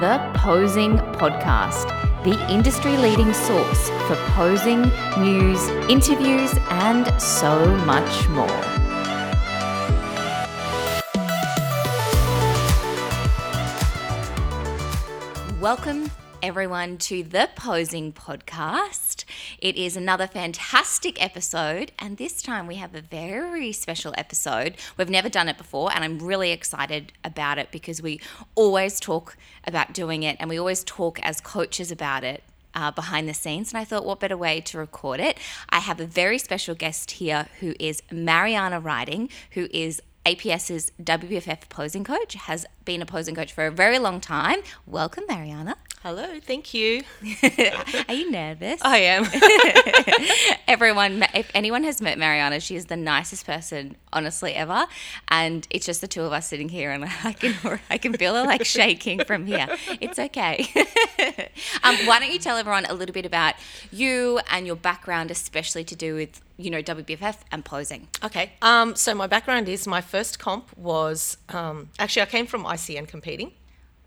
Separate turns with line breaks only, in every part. the Posing Podcast, the industry leading source for posing, news, interviews, and so much more. Welcome, everyone, to the Posing Podcast. It is another fantastic episode, and this time we have a very special episode. We've never done it before, and I'm really excited about it because we always talk about doing it and we always talk as coaches about it. Uh, behind the scenes, and I thought, what better way to record it? I have a very special guest here who is Mariana Riding, who is APS's WBFF posing coach, has been a posing coach for a very long time. Welcome, Mariana.
Hello, thank you.
Are you nervous?
I am.
Everyone, if anyone has met Mariana, she is the nicest person, honestly, ever. And it's just the two of us sitting here, and I can, I can feel her like shaking from here. It's okay. um, why don't you tell everyone a little bit about you and your background, especially to do with you know WBFF and posing?
okay. Um, so my background is my first comp was um, actually I came from ICN competing.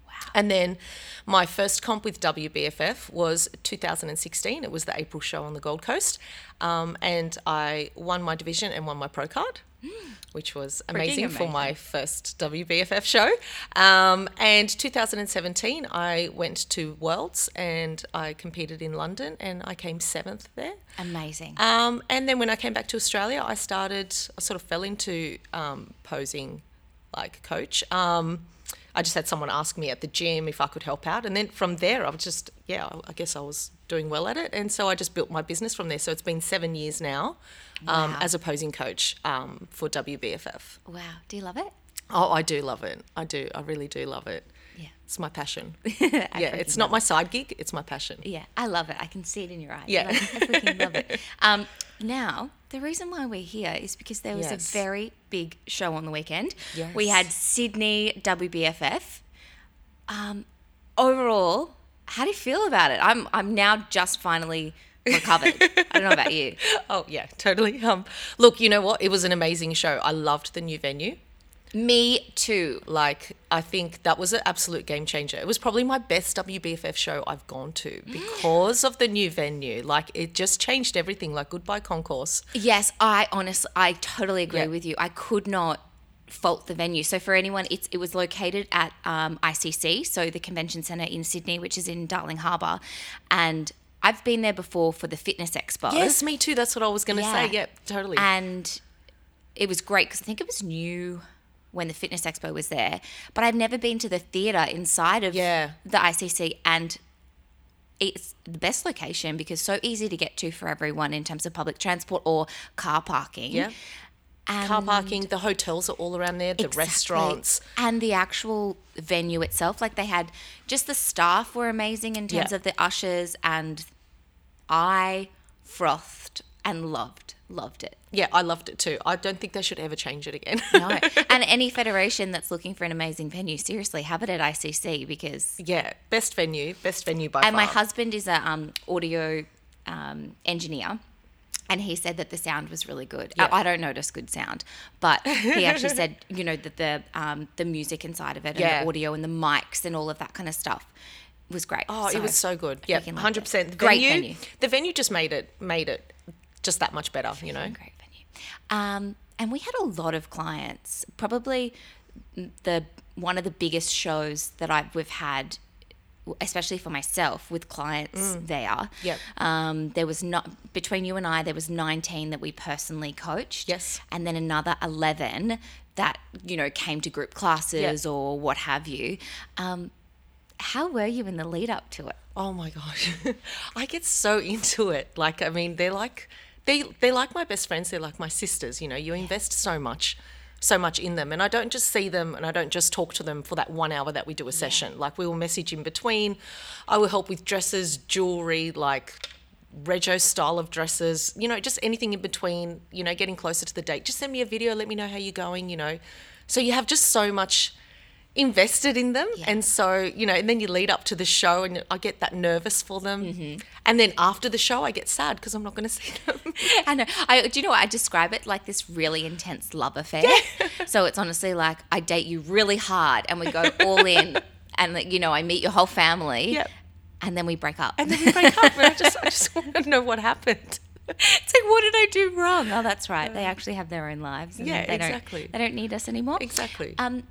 Wow. And then my first comp with WBFF was 2016. It was the April show on the Gold Coast, um, and I won my division and won my pro card, which was Mm. amazing, for
amazing.
my first WBFF show. Um, and 2017, I went to Worlds and I competed in London, and I came seventh there.
Amazing.
Um, and then when I came back to Australia, I started, I sort of fell into um, posing like coach. Um, I just had someone ask me at the gym if I could help out. And then from there, I was just, yeah, I- I guess I was doing well at it. And so I just built my business from there. So it's been seven years now um, as a posing coach um, for WBFF.
wow. Do you love it?
Oh, I do love it. I do. I really do love it.
Yeah.
It's my passion. yeah, it's not my side gig, it's my passion.
Yeah, I love it. I can see it in your eyes.
Yeah.
Like, I freaking love it. Um, now, the reason why we're here is because there was
Yes.
a very big show on the weekend. We
Yes.
had Sydney WBFF. Um, overall, how do you feel about it? I'm, I'm now just finally recovered. I don't know about you.
Oh yeah, totally. Um, look, you know what? It was an amazing show. I loved the new venue.
Me too.
Like, I think that was an absolute game changer. It was probably my best WBFF show I've gone to
Mm.
because of the new venue. Like, it just changed everything. Like, goodbye concourse.
Yes, I honestly, I totally agree
Yeah.
with you. I could not fault the venue. So for anyone, it's it was located at um, ICC, so the convention centre in Sydney, which is in Darling Harbour, and I've been there before for the fitness expo.
Yes, me too. Oh, That's what I was going to say.
Yeah.
Yep, totally.
and it was great because I think it was new when the fitness expo was there, but I've never been to the theatre inside of
Yeah.
the ICC and. It's the best location because so easy to get to for everyone in terms of public transport or car parking.
yeah.
And
Car parking, the hotels are all around there, the
Exactly.
restaurants.
and the actual venue itself like they had just the staff were amazing in terms
Yeah.
of the ushers and i frothed and loved loved it
Yeah, I loved it too. I don't think they should ever change it again.
no and any federation that's looking for an amazing venue seriously have it at icc because
yeah, best venue, best venue by
and
far.
my husband is a um, audio um, engineer and he said that the sound was really good. I- I, don't notice good sound, but he actually said, you know, that the um, the music inside of it
Yeah.
and the audio and the mics and all of that kind of stuff was great.
Oh, it was so good. Yeah,
freaking loved it.
hundred percent. The
Great
venue,
venue.
The venue just made it made it just that much better. You know.
great venue. Um, and we had a lot of clients. Probably the one of the biggest shows that I've we've had, especially for myself with clients there.
Mm. Yep.
Um, there was not between you and I, there was 19 that we personally coached.
Yes.
And then another 11 that you know came to group classes or what have you. Um, how were you in the lead up to it?
Oh my gosh, I get so into it. Like, I mean, they're like they they're like my best friends. They're like my sisters. You know, you invest so much, so much in them, and I don't just see them, and I don't just talk to them for that one hour that we do a session. Like, we will message in between. I will help with dresses, jewelry, like Rego style of dresses, you know, just anything in between, you know, getting closer to the date. Just send me a video, let me know how you're going, you know. So you have just so much invested in them. And so, you know, and then you lead up to the show and I get that nervous for them. And then after the show, I get sad because I'm not going to see them.
I know. I do you know what I describe it like this really intense love affair. so it's honestly like I date you really hard and we go all in and like, you know, I meet your whole family.
Yep.
And then we break up.
And then we break up, and I just, I just want to know what happened.
it's like, what did I do wrong? Oh, that's right. They actually have their own lives. and
yeah,
they don't-
exactly.
they don't need us anymore.
Exactly.
Um,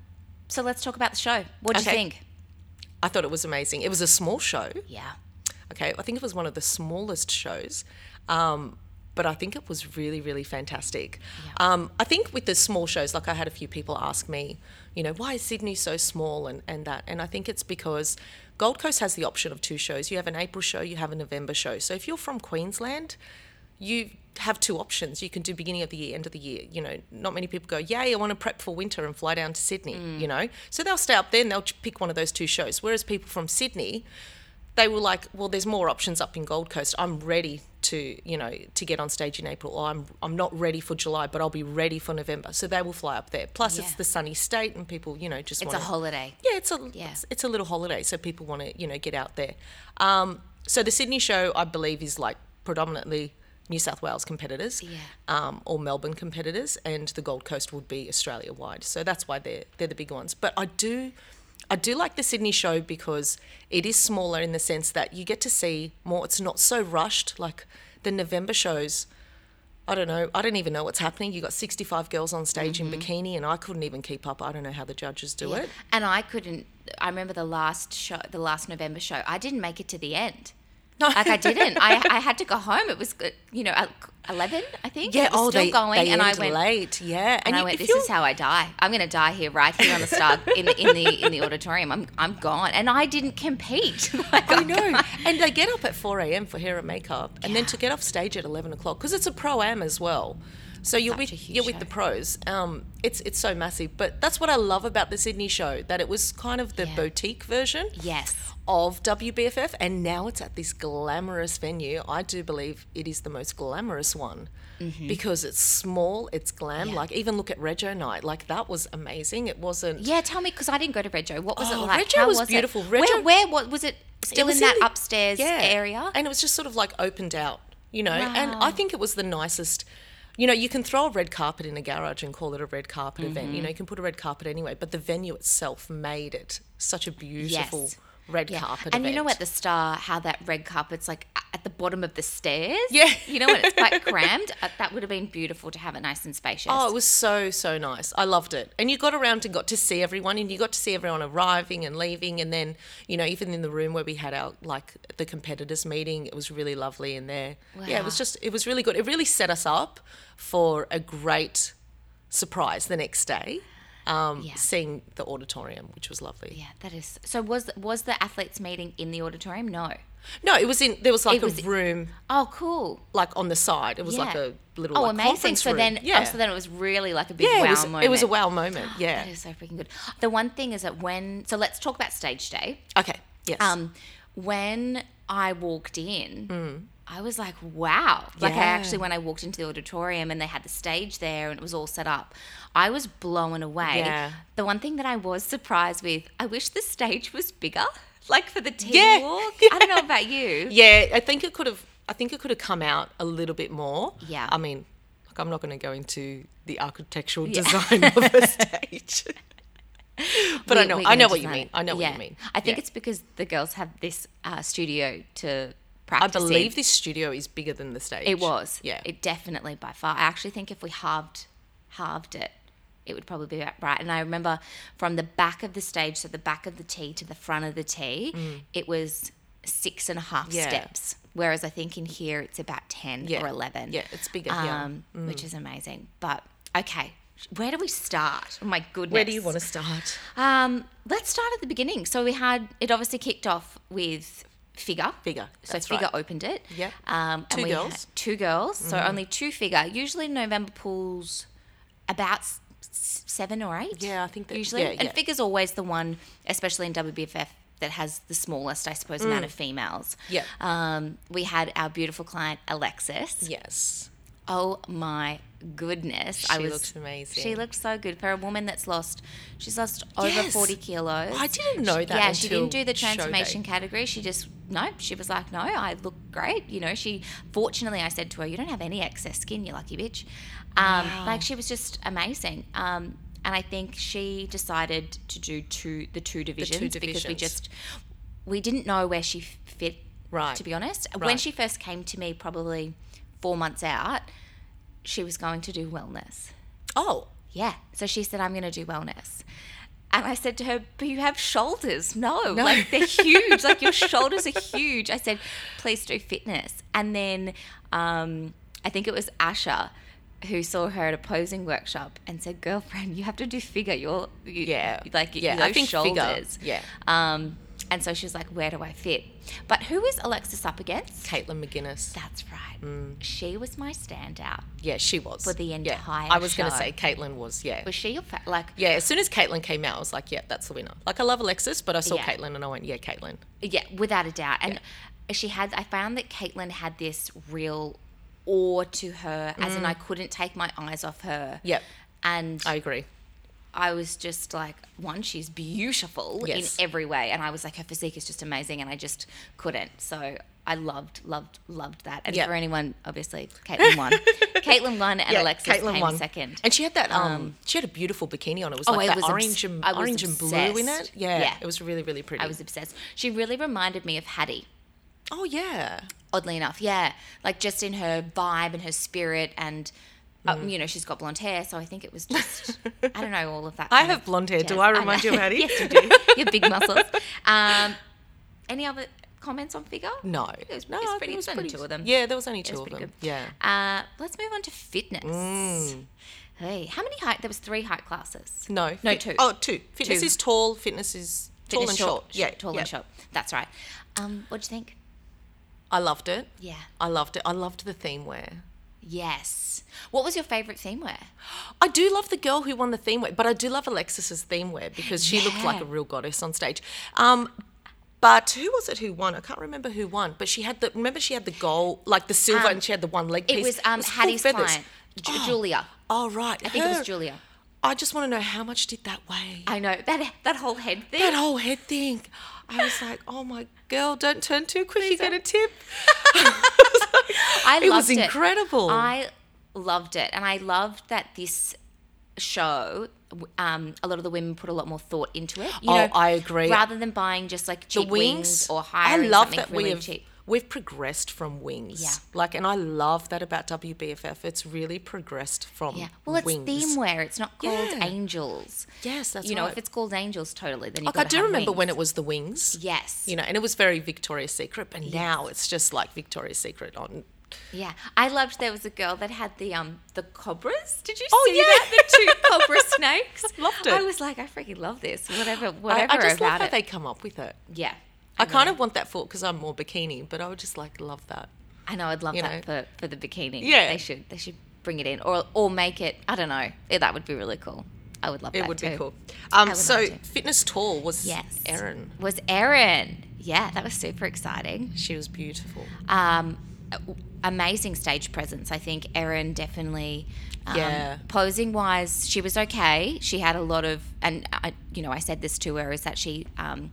so let's talk about the show. What do
Okay.
you think?
I thought it was amazing. It was a small show.
Yeah.
Okay, I think it was one of the smallest shows, um, but I think it was really, really fantastic. Um, I think with the small shows, like I had a few people ask me, you know, why is Sydney so small and, and that? And I think it's because Gold Coast has the option of two shows. You have an April show, you have a November show. So if you're from Queensland, you have two options. You can do beginning of the year, end of the year. You know, not many people go, yay, I want to prep for winter and fly down to Sydney, you know? So they'll stay up there and they'll ch- pick one of those two shows. Whereas people from Sydney, they were like, well, there's more options up in Gold Coast. I'm ready to, you know, to get on stage in April. Or I'm, I'm not ready for July, but I'll be ready for November. So they will fly up there. Plus, it's
Yeah.
the sunny state and people, you know, just
It's
want
a holiday.
yeah, it's a
Yeah.
It's, it's a little holiday, so people want to you know get out there. Um, so the Sydney show, I believe, is like predominantly New South Wales competitors,
Yeah.
um, or Melbourne competitors, and the Gold Coast would be Australia wide. So that's why they're they're the big ones. But I do. I do like the Sydney show because it is smaller in the sense that you get to see more. It's not so rushed like the November shows. I don't know. I don't even know what's happening. You got 65 girls on stage
Mm-hmm.
in bikini, and I couldn't even keep up. I don't know how the judges do it.
And I couldn't. I remember the last show, the last November show. I didn't make it to the end.
No.
Like I didn't. I, I had to go home. It was uh, you know at eleven, I think.
Yeah,
It was
oh,
still
they,
going,
they
and I
end
went.
late. Yeah,
And I
you-
went.
if
This
you're-
is how I die. I'm going to die here, right here on the star in the in the in the auditorium. I'm I'm gone, and I didn't compete. Like,
I know. and they get up at four a.m. for hair and makeup, and then
Yeah.
to get off stage at eleven o'clock because it's a pro am as well. So you're
Such a
with
huge
you're with the
show.
pros. Um, it's it's so massive, but that's what I love about the Sydney show that it was kind of the
Yeah.
boutique version
Yes.
of WBFF, and now it's at this glamorous venue. I do believe it is the most glamorous one
Mm-hmm.
because it's small, it's glam. Like even look at Rego night, like that was amazing. It wasn't.
Yeah, tell me because I didn't go to Reggio. What was it
Oh,
like?
Reggio was beautiful.
It? Where,
Reggio-
where what was it? Still
It was
in that
the-
upstairs
yeah.
area.
And it was just sort of like opened out, you know. And
Wow.
I think it was the nicest. You know, you can throw a red carpet in a garage and call it a red carpet event. You
Mm-hmm.
know, you can put a red carpet anyway, but the venue itself made it such a beautiful
Yes.
red
Yeah.
carpet
And
event.
you know at the star how that red carpet's like a- at the bottom of the stairs?
Yeah.
You know when it's quite crammed? Uh, That would have been beautiful to have it nice and spacious.
Oh, it was so so nice. I loved it. And you got around and got to see everyone, and you got to see everyone arriving and leaving, and then you know even in the room where we had our like the competitors meeting, it was really lovely in there. Yeah, it was
Wow.
just it was really good. It really set us up for a great surprise the next day, um,
Yeah.
seeing the auditorium, which was lovely.
yeah, that is. So was was the athletes meeting in the auditorium? No.
No, it was in there was like
It was-
a room
Oh, cool.
like on the side. It was like
Yeah.
a little
Oh,
like,
amazing.
conference
So
room.
then,
yeah,
oh, so then it was really like a big
yeah,
wow
it was
moment.
it was a wow moment. Yeah.
That is so freaking good. The one thing is that when so let's talk about stage day.
okay. Yes.
Um, when I walked in, I was like, wow. Like, I
Mm. Yeah.
actually, when I walked into the auditorium and they had the stage there and it was all set up, I was blown away.
Yeah.
The one thing that I was surprised with, I wish the stage was bigger, like for the team
Yeah.
walk. I don't know about you.
Yeah, I think it could have. I think it could have come out a little bit more.
Yeah.
I mean, look, I'm not going to go into the architectural design of a stage. but I
We-
know,
we
I
can
know what you
design
mean.
it.
I know what
Yeah.
you mean.
I think
Yeah.
it's because the girls have this uh, studio to
I
practice. in.
believe this studio is bigger than the stage.
It was.
Yeah.
It definitely by far. I actually think if we halved halved it, it would probably be about right. And I remember from the back of the stage, so the back of the tee to the front of the tee, it was six and a half
Mm. Yeah.
steps. Whereas I think in here it's about ten
Yeah.
or eleven.
Yeah, it's bigger, yeah. Mm.
Um, which is amazing. But okay. Where do we start? Oh my goodness.
Where do you want to start?
Um, let's start at the beginning. So we had it obviously kicked off with figure.
Figure,
So
that's
figure
right.
opened it.
Yep.
Um,
Two
and we had
girls. Mm-hmm.
two girls. So only two figure. Usually November pools about s- s- seven or eight.
Yeah, I think that-
usually.
yeah, yeah.
And figure's always the one, especially in WBFF, that has the smallest, I suppose, amount of females.
Mm. Yep.
Um, we had our beautiful client Alexis.
Yes.
Oh my goodness!
She looks amazing.
She looks so good for a woman that's lost. She's lost over
Yes.
forty kilos.
I didn't know
She-
that
Yeah, she didn't
until
do the
show day.
transformation category. She just no. She was like, no, I look great. You know, she. Fortunately, I said to her, "You don't have any excess skin, you lucky bitch." Um, Like she was just amazing. Um, and I think she decided to do two the two divisions, because we
divisions.
just we didn't know where she f- fit.
Right.
To be honest, when
Right.
she first came to me, probably four months out, she was going to do wellness.
Oh,
Yeah. So she said, I'm going to do wellness. And I said to her, But you have shoulders. No, like they're huge. like your shoulders are huge. I said, Please do fitness. And then um, I think it was Asha who saw her at a posing workshop and said, Girlfriend, you have to do figure. You're, you,
Yeah.
Like,
Yeah,
yeah,
I
those
think figure.
shoulders.
Yeah.
Um, and so she was like, Where do I fit? But who was Alexis up against?
Caitlin McGuinness.
That's right.
Mm.
She was my standout.
Yeah, she was.
For the entire
yeah. I was going to
show.
say Caitlin was, yeah.
Was she your fa- like?
yeah, as soon as Caitlin came out, I was like, yeah, that's the winner. Like, I love Alexis, but I saw
Yeah.
Caitlin and I went, yeah, Caitlin.
Yeah, without a doubt. And she had, I found that Caitlin had this real awe to her, as in I
Mm.
couldn't take my eyes off her.
Yep,
And
I agree.
I was just like, one, she's beautiful
Yes.
in every way. And I was like, her physique is just amazing. And I just couldn't. So I loved, loved, loved that. And
Yeah.
for anyone, obviously, Caitlin won. Caitlin won and
Yeah,
Alexis came second.
And she had that, um, she had a beautiful bikini on. It was like
Oh, I
that
was obs-
orange, and,
I was
orange and blue in it.
obsessed.
Yeah,
Yeah.
It was really, really pretty.
I was obsessed. She really reminded me of Hattie.
oh, yeah.
oddly enough yeah like just in her vibe and her spirit and uh,
Mm.
you know she's got blonde hair so i think it was just i don't know all of that
I
kind of
have blonde hair. Do
jazz.
I
know.
remind you of Hattie?
yes you do you have big muscles um, any other comments on figure
No.
it was,
no,
it
I
was
think
pretty
it was
there's only two of them
Yeah, there was only
It
two
was
of them.
pretty good.
Yeah. Mm.
uh, let's move on to fitness hey how many height there was three height classes
No.
No,
fit-
two.
Oh, two. Fitness
Two.
is tall, fitness is tall
Fitness
and short. Yeah,
tall
yeah.
and short that's right um, what do you think
I loved it.
yeah
I loved it. I loved the theme wear.
yes what was your favorite theme wear
I do love the girl who won the theme wear, but I do love Alexis's theme wear because she looked like
Yeah.
a real goddess on stage. Um, but who was it who won? I can't remember who won, but she had the remember she had the gold, like the silver,
Um,
and she had the one leg
it
piece.
was um,
full
hattie's
feathers.
client Ju- julia
Oh right,
I think it was Julia.
I just want to know how much did that weigh?
I know that that whole head thing.
That whole head thing. I was like, oh my girl, don't turn too quick. You get a tip.
I
It
loved
was incredible.
I loved it, and I loved that this show. w- Um, a lot of the women put a lot more thought into it. You
Oh,
know,
I agree.
Rather than buying just like
the
cheap
wings,
wings, or hiring
I love
something
that
really
we've
cheap.
we've progressed from wings.
Yeah.
Like, and I love that about WBFF. It's really progressed from
Yeah. Well, it's
wings.
theme wear. It's not called
Yeah.
angels.
Yes, that's
you know,
right.
if it's called angels, totally. Then you
like I do remember when it was the wings.
Yes.
You know, and it was very Victoria's Secret, but now it's just like Victoria's Secret on.
Yeah, I loved. There was a girl that had the um the cobras. Did you
Oh,
see
yeah.
that? The two cobra snakes.
Loved
I
it.
was like, I freaking love this. Whatever,
I,
whatever
I just love
about
how
it.
they come up with it.
yeah,
I, kind of want that for because I'm more bikini, but I would just like love that.
I know. I'd love
you
that for, for the bikini.
Yeah.
they should they should bring it in or or make it. I don't know. Yeah, that would be really cool. I would love
It
that
would be
too.
cool. Um,
would
so
love to.
fitness tall was
Yes,
Erin.
was Erin. Yeah, that was super exciting.
She was beautiful.
um, a- amazing stage presence. I think Erin definitely. Um,
Yeah.
Posing wise, she was okay. She had a lot of, and I, you know, I said this to her is that she, um,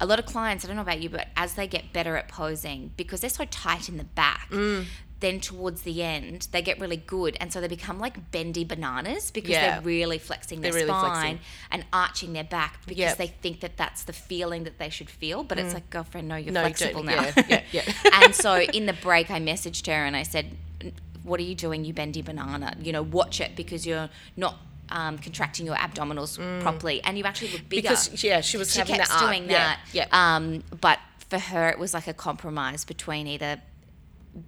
a lot of clients. I don't know about you, but as they get better at posing, because they're so tight in the back.
Mm.
Then towards the end, they get really good, and so they become like bendy bananas because
Yeah.
they're really flexing their
They're really
spine
flexing.
and arching their back because
Yep. Mm.
they think that that's the feeling that they should feel. But it's like, girlfriend, no, you're
No, you don't-
flexible now.
yeah, yeah, yeah.
and so in the break, I messaged her and I said, "What are you doing, you bendy banana? You know, watch it because you're not um, contracting your abdominals properly, and you actually look bigger."
Mm. Because yeah, she was
she
having
kept
that arc.
doing
Yeah,
that.
Yeah.
Um, but for her, it was like a compromise between either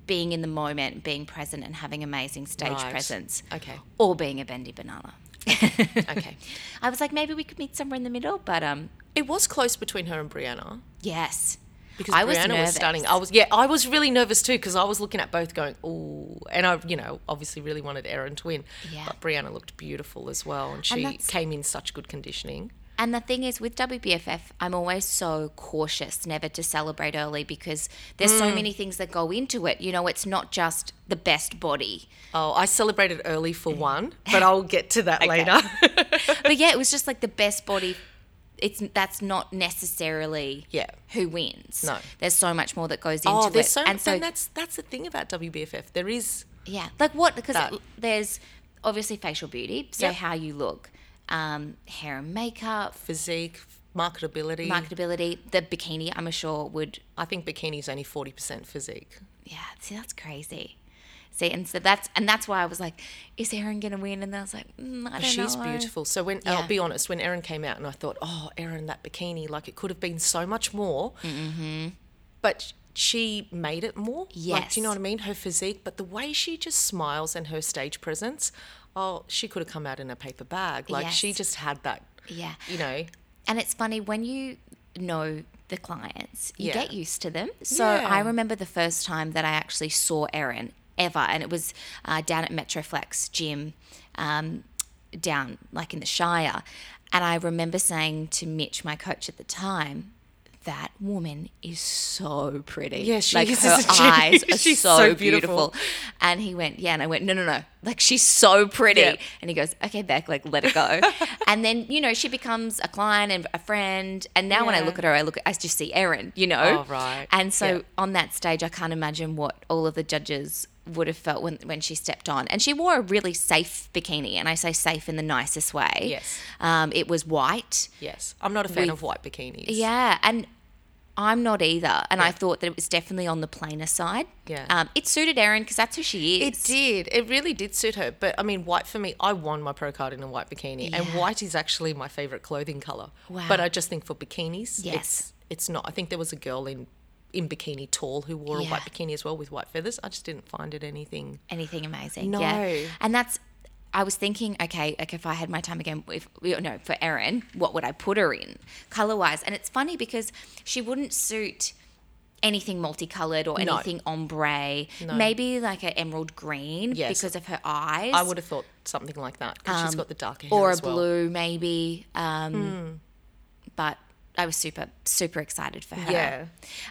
being in the moment, being present, and having amazing stage
Right.
presence,
Okay.
or being a bendy banana.
Okay.
I was like, maybe we could meet somewhere in the middle, but um,
It was close between her and Brianna
yes,
because Brianna was starting. I was yeah, I was really nervous too because I was looking at both going, "Ooh," and I, you know, obviously really wanted Erin to win.
Yeah.
But Brianna looked beautiful as well, and she
that's-
came in such good conditioning.
And the thing is, with WBFF, I'm always so cautious never to celebrate early because there's
Mm.
so many things that go into it. You know, it's not just the best body.
Oh, I celebrated early
Mm.
for one, but I'll get to that later.
but yeah, it was just like the best body. It's that's not necessarily
Yeah.
who wins.
No.
there's so much more that goes into
oh,
it.
there's so,
and so
then that's that's the thing about WBFF. There is
yeah, like what? Because
That.
there's obviously facial beauty, so
Yep.
how you look. um, hair and makeup,
Physique, marketability.
marketability. The bikini, I'm sure, would
I think bikini's only 40% physique.
yeah. See, that's crazy. See, and so that's and that's why I was like, is Erin gonna win? And then I was like, mm, I don't
She's
know.
beautiful. So when
Yeah.
I'll be honest, when Erin came out and I thought, oh, Erin, that bikini, like it could have been so much more. Mm-hmm. But she made it more. Like, do you
Yes.
know what I mean? Her physique, but the way she just smiles and her stage presence, oh, she could have come out in a paper bag. Like she
Yes.
just had that,
Yeah.
you know.
And it's funny when you know the clients, you
Yeah.
get used to them. So
Yeah.
I remember the first time that I actually saw Erin ever, and it was uh, down at Metroflex Gym, um, down like in the Shire. And I remember saying to Mitch, my coach at the time, that woman is so pretty.
Yeah, she
like
is,
her
isn't she?
eyes are
She's
so,
so
beautiful.
beautiful.
And he went, yeah. And I went, no, no, no. Like she's so pretty.
Yeah.
And he goes, okay, Beck, like let it go. and then you know she becomes a client and a friend. And now when I
Yeah.
look at her, I look, I just see Erin. You know.
Oh, right.
And so
Yeah.
on that stage, I can't imagine what all of the judges would have felt when when she stepped on. And she wore a really safe bikini, and I say safe in the nicest way.
Yes.
Um, it was white.
Yes. I'm not a fan
With-
of white bikinis.
Yeah, and I'm not either. And I thought that it was definitely on the plainer side.
Yeah.
Um, it suited Erin because that's who she
It
is.
did. It really did suit her. But I mean, white for me, I won my pro card in a white bikini. And
Yeah.
white is actually my favorite clothing color.
Wow.
But I just think for bikinis,
Yes.
it's, it's not. I think there was a girl in, in bikini tall who wore
Yeah.
a white bikini as well with white feathers. I just didn't find it anything.
Anything amazing.
No.
Yeah. And that's. I was thinking, okay, like if I had my time again, if no, for Erin, what would I put her in color wise? And it's funny because she wouldn't suit anything multicolored or
No.
anything ombre. Maybe like an emerald green
Yes.
because of her eyes.
I would have thought something like that because she's got the darker hair
Um, or a
as well. Hmm.
blue maybe um but i was super super excited for her
Yeah.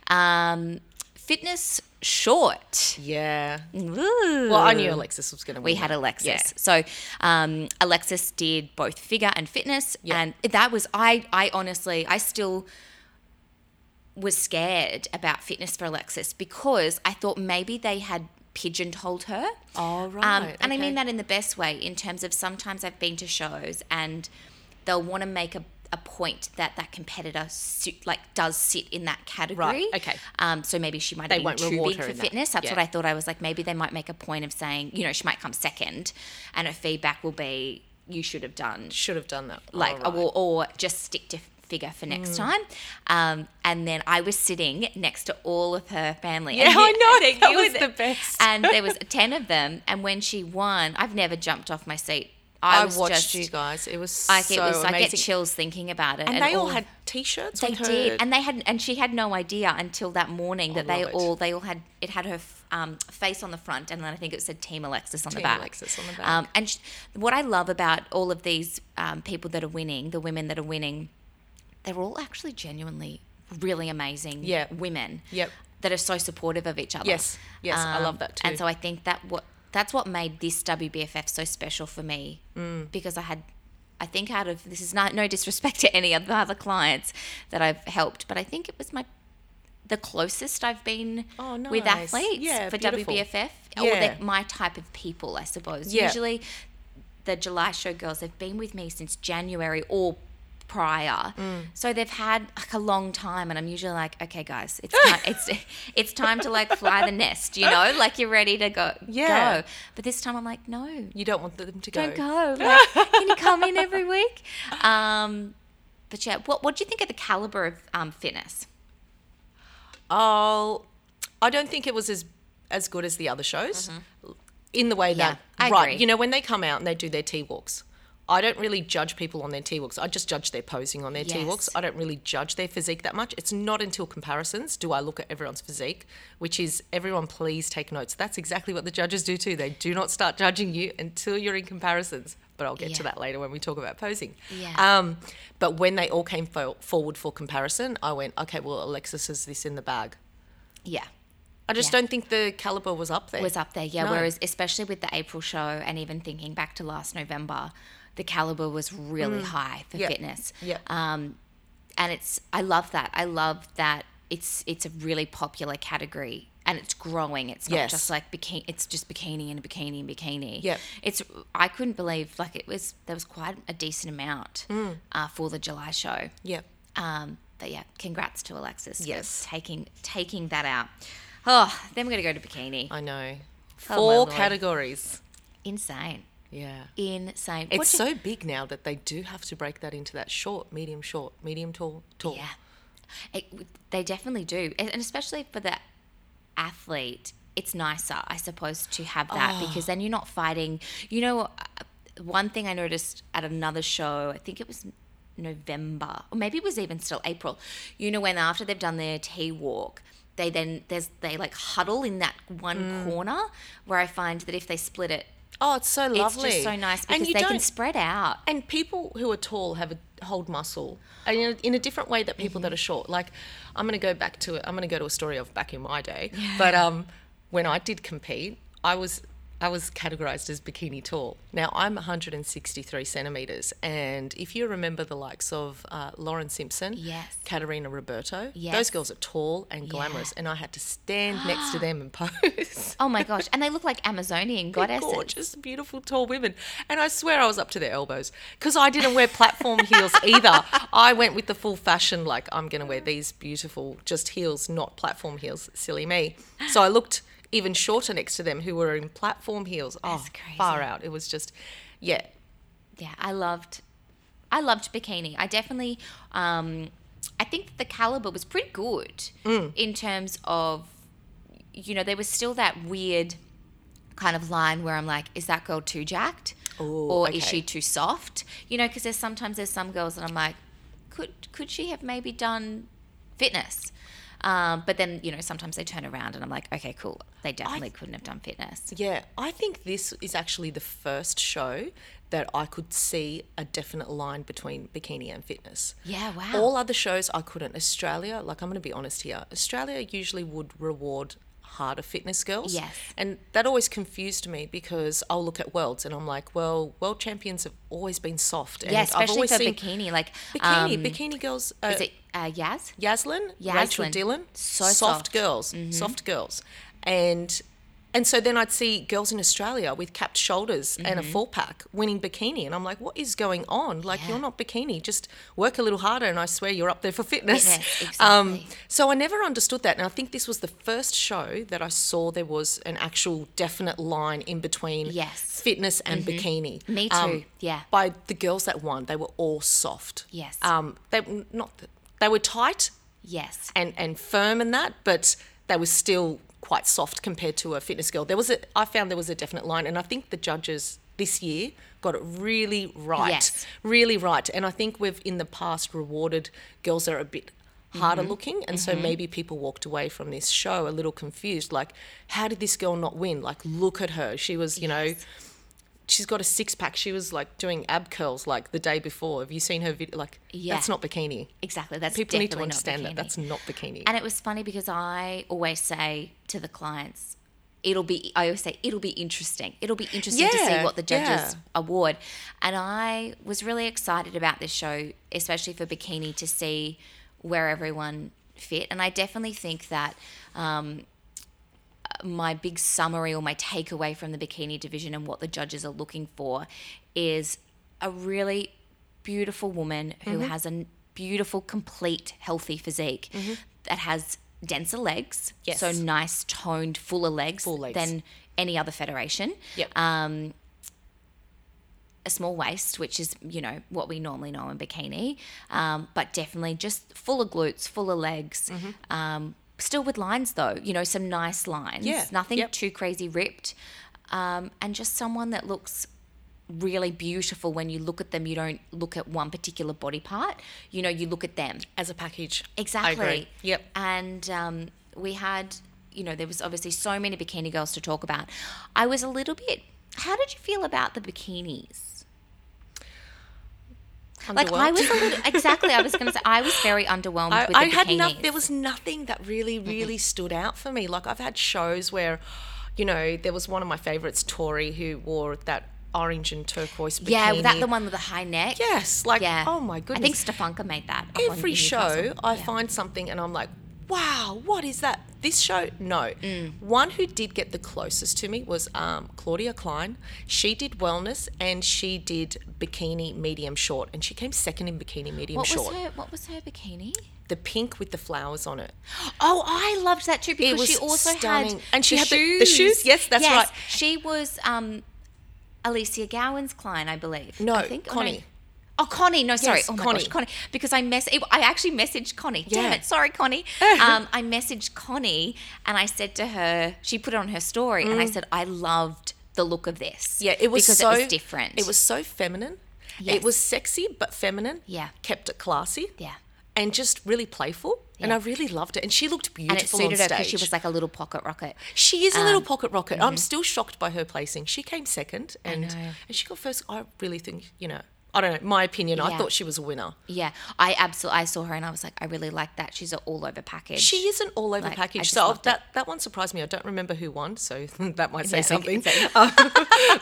um fitness short
Yeah.
Ooh.
Well, I knew Alexis was going to win.
we had
that.
Alexis.
Mm. Yeah.
So um, Alexis did both figure and fitness,
Yeah.
and that was I. I honestly, I still was scared about fitness for Alexis because I thought maybe they had pigeonholed her.
Oh,
Um,
right,
and I mean
okay.
that in the best way, in terms of sometimes I've been to shows and they'll want to make a, a point that that competitor sit, like does sit in that category.
okay.
Um, so maybe she might have
They
been
won't
too
reward
big
her
for
in that.
fitness. That's
Yeah.
what I thought. I was like, maybe they might make a point of saying, you know, she might come second, and her feedback will be, you should have done
Should have done that.
like
All right. Mm.
or, or just stick to figure for next time um, and then i was sitting next to all of her family
Yeah, I know,
and
that
you
was
were
the best.
and there was 10 of them and when she won i've never jumped off my seat
I,
i, was
watched
just
you guys. It was
like
so
it was i get
amazing.
chills thinking about it
and, they all
of-
had t-shirts
they
with her.
did and they had and she had no idea until that morning that they
Oh, love it.
all they all had it had her f- um, face on the front and then i think it said team alexis on the
Team
back
Alexis on the back.
um, and sh- what i love about all of these um, people that are winning the women that are winning they're all actually genuinely really amazing
Yeah.
women
Yep.
that are so supportive of each other Um,
Yes. Yes, I love that
and
too.
so i think that what that's what made this wbff so special for me
Mm.
because i had I think out of this is not, no disrespect to any of the other clients that I've helped, but I think it was my the closest I've been
Oh,
with
nice.
athletes
Yeah,
for
beautiful.
WBFF or
Yeah.
the, my type of people, I suppose.
Yeah.
Usually, the July show girls have been with me since January or prior,
Mm.
so they've had like a long time, and I'm usually like, okay, guys, it's time, it's it's time to like fly the nest, you know, like you're ready to go.
Yeah.
Go. But this time I'm like, no,
You don't want them to go.
don't go. Like, can you come in every week? Um, but yeah, what what do you think of the caliber of um, fitness?
I'll- I don't think it was as as good as the other shows in the way
Mm-hmm. Yeah,
that
I
right.
agree.
You know when they come out and they do their tea walks. I don't really judge people on their tea walks. I just judge their posing on their tea
Yes.
walks. I don't really judge their physique that much. It's not until comparisons do I look at everyone's physique, which is everyone please take notes. That's exactly what the judges do too. They do not start judging you until you're in comparisons. But I'll get to
Yeah.
that later when we talk about posing.
Yeah.
Um, but when they all came fo- forward for comparison, I went, okay, well, Alexis has this in the bag.
Yeah.
I just
Yeah.
don't think the caliber was up there.
was up there. Yeah.
Eh, No.
Whereas, especially with the April show, and even thinking back to last November, the caliber was really high for
Yep.
fitness.
Mm. Yeah.
And it's I love that. I love that it's it's a really popular category and it's growing. It's not
Yes.
just like bikini. It's just bikini and bikini and bikini.
Yep.
It's I couldn't believe like it was there was quite a decent amount
Hmm.
uh, for the July show.
Yeah.
Um, but yeah, congrats to Alexis. for
Yes.
taking taking that out. Oh, then we're gonna go to bikini.
I know.
Oh my
Four
Lord.
categories.
Insane,
Yeah.
insane.
It's
What do-
so big now that they do have to break that into that short, medium, short, medium, tall, tall.
Yeah, it, they definitely do, and and especially for the athlete, it's nicer, I suppose, to have that
Oh.
because then you're not fighting. You know, uh, one thing I noticed at another show, I think it was November, or maybe it was even still April. You know, when after they've done their tea walk. They then there's they like huddle in that one
Mm.
corner where I find that if they split it,
Oh, it's so lovely.
it's just so nice
and
because
you
they
don't,
can spread out.
and people who are tall have a hold muscle and in a, in a different way that people that are short like i'm going to go back to i'm going to go to a story of back in my day but um, when i did compete i was i was categorized as bikini tall now i'm 163 centimeters and if you remember the likes of uh, lauren simpson
Yes.
katerina roberto
Yes.
those girls are tall and glamorous and i had to stand next to them and pose
Oh my gosh! And they look like Amazonian
they're
goddesses.
Gorgeous, beautiful, tall women. And I swear I was up to their elbows because I didn't wear platform heels either. I went with the full fashion, like, I'm going to wear these beautiful just heels, not platform heels. Silly me. So I looked even shorter next to them who were in platform heels. oh,
crazy.
far out. It was just, yeah.
yeah i loved i loved bikini i definitely um i think that the caliber was pretty good
Mm.
in terms of you know there was still that weird kind of line where i'm like is that girl too jacked
Ooh,
or is
okay.
she too soft you know because there's sometimes there's some girls that i'm like could could she have maybe done fitness um, but then you know sometimes they turn around and i'm like okay cool they definitely couldn't have done fitness
Yeah, I think this is actually the first show that I could see a definite line between bikini and fitness.
yeah wow
All other shows I couldn't. Australia, like I'm going to be honest here, Australia usually would reward harder fitness girls.
Yes.
And that always confused me because I'll look at worlds and I'm like, well, world champions have always been soft. And
yeah
I've
especially
always
for
seen
bikini like
bikini,
um,
bikini girls. Uh,
Is it uh, Yaz?
Yaslin, Rachel
Yaslin.
Dillon,
So
soft,
soft. Mm-hmm.
girls, soft girls, and and so then I'd see girls in Australia with capped shoulders and
Mm-hmm.
a four pack winning bikini, and I'm like, what is going on? Like
Yeah.
you're not bikini, just work a little harder, and I swear you're up there for fitness.
Fitness,
Um,
exactly.
so I never understood that, and I think this was the first show that I saw there was an actual definite line in between
Yes. Mm-hmm.
fitness and bikini.
Me too.
Um,
yeah.
by the girls that won, they were all soft.
Yes.
Um, they not they were tight
Yes.
and and firm in that, but they were still quite soft compared to a fitness girl. There was a I found there was a definite line, and I think the judges this year got it really right,
Yes.
really right. And I think we've in the past rewarded girls that are a bit harder
Mm-hmm.
looking and so maybe people walked away from this show a little confused like how did this girl not win like look at her she was you know she's got a six pack she was like doing ab curls like the day before have you seen her video like
Yeah.
that's not bikini
Exactly. That's
people need to
definitely not
understand that
bikini.
that's not bikini
And it was funny because I always say to the clients, it'll be, I always say, it'll be interesting. It'll be interesting to see
Yeah,
what the judges
yeah.
award. And I was really excited about this show, especially for Bikini, to see where everyone fit. And I definitely think that um, my big summary or my takeaway from the Bikini division and what the judges are looking for is a really beautiful woman who
Mm-hmm.
has a n- beautiful, complete, healthy physique that has denser legs,
Mm-hmm. Yes.
so nice, toned, fuller legs,
Full legs.
than any other federation.
Yep.
Um, a small waist, which is you know what we normally know in bikini, um, but definitely just fuller glutes, fuller legs.
Mm-hmm.
Um, still with lines though, you know, some nice lines.
Yeah,
Nothing
yep.
too crazy ripped, um, and just someone that looks really beautiful when you look at them you don't look at one particular body part you know you look at them
as a package
Exactly.
I agree. yep
And um, we had, you know, there was obviously so many bikini girls to talk about. I was a little bit. How did you feel about the bikinis? Like I
Underwhelmed.
was a little exactly. I was going to say I was very underwhelmed
I,
with the
I
bikinis.
had nothing. There was nothing that really, really stood out for me. Like I've had shows where, you know, there was one of my favorites, Tori, who wore that orange and turquoise bikini.
yeah, was that the one with the high neck?
Yes, like
Yeah.
oh my
I think
goodness.
Stefanka made that. up on-
Every
in
show,
Newcastle.
I
Yeah.
find something, and I'm like, wow, what is that? This show? No.
Mm.
One who did get the closest to me was um, Claudia Klein. She did wellness and she did bikini medium short, and she came second in bikini medium
What
short.
was her? What was her bikini?
The pink with the flowers on it.
Oh, I loved that too because
was
she also
stunning.
had
And she
the
had the-
shoes.
the shoes? Yes, that's right.
She was um, Alicia Gowan's client, I believe.
No,
I think, or
Connie.
Oh, Connie. No, sorry.
Yes,
oh my
Connie.
gosh, Connie. Because I mess. I actually messaged Connie. Damn
Yeah.
it. Sorry, Connie. um, I messaged Connie and I said to her, she put it on her story, and I said, I loved the look of this.
Mm. Yeah, it was
because
so
it was different.
It was so feminine.
Yes.
It was sexy but feminine.
Yeah.
kept it classy.
Yeah.
and just really playful. And I really loved it. And she looked beautiful
and it suited
on
her
stage.
because she was like a little pocket rocket.
She is a
Um,
little pocket rocket. I'm still shocked by her placing. She came second, and
know.
and she got first. I really think you know. I don't know. My opinion.
Yeah.
I thought she was a winner.
Yeah, I absolutely. I saw her and I was like, I really like that. She's an all over package.
She is an all over
Like, I
package.
just
So
loved
that that one surprised me. I don't remember who won, so that might say
Yeah, okay,
something.
so-
Um,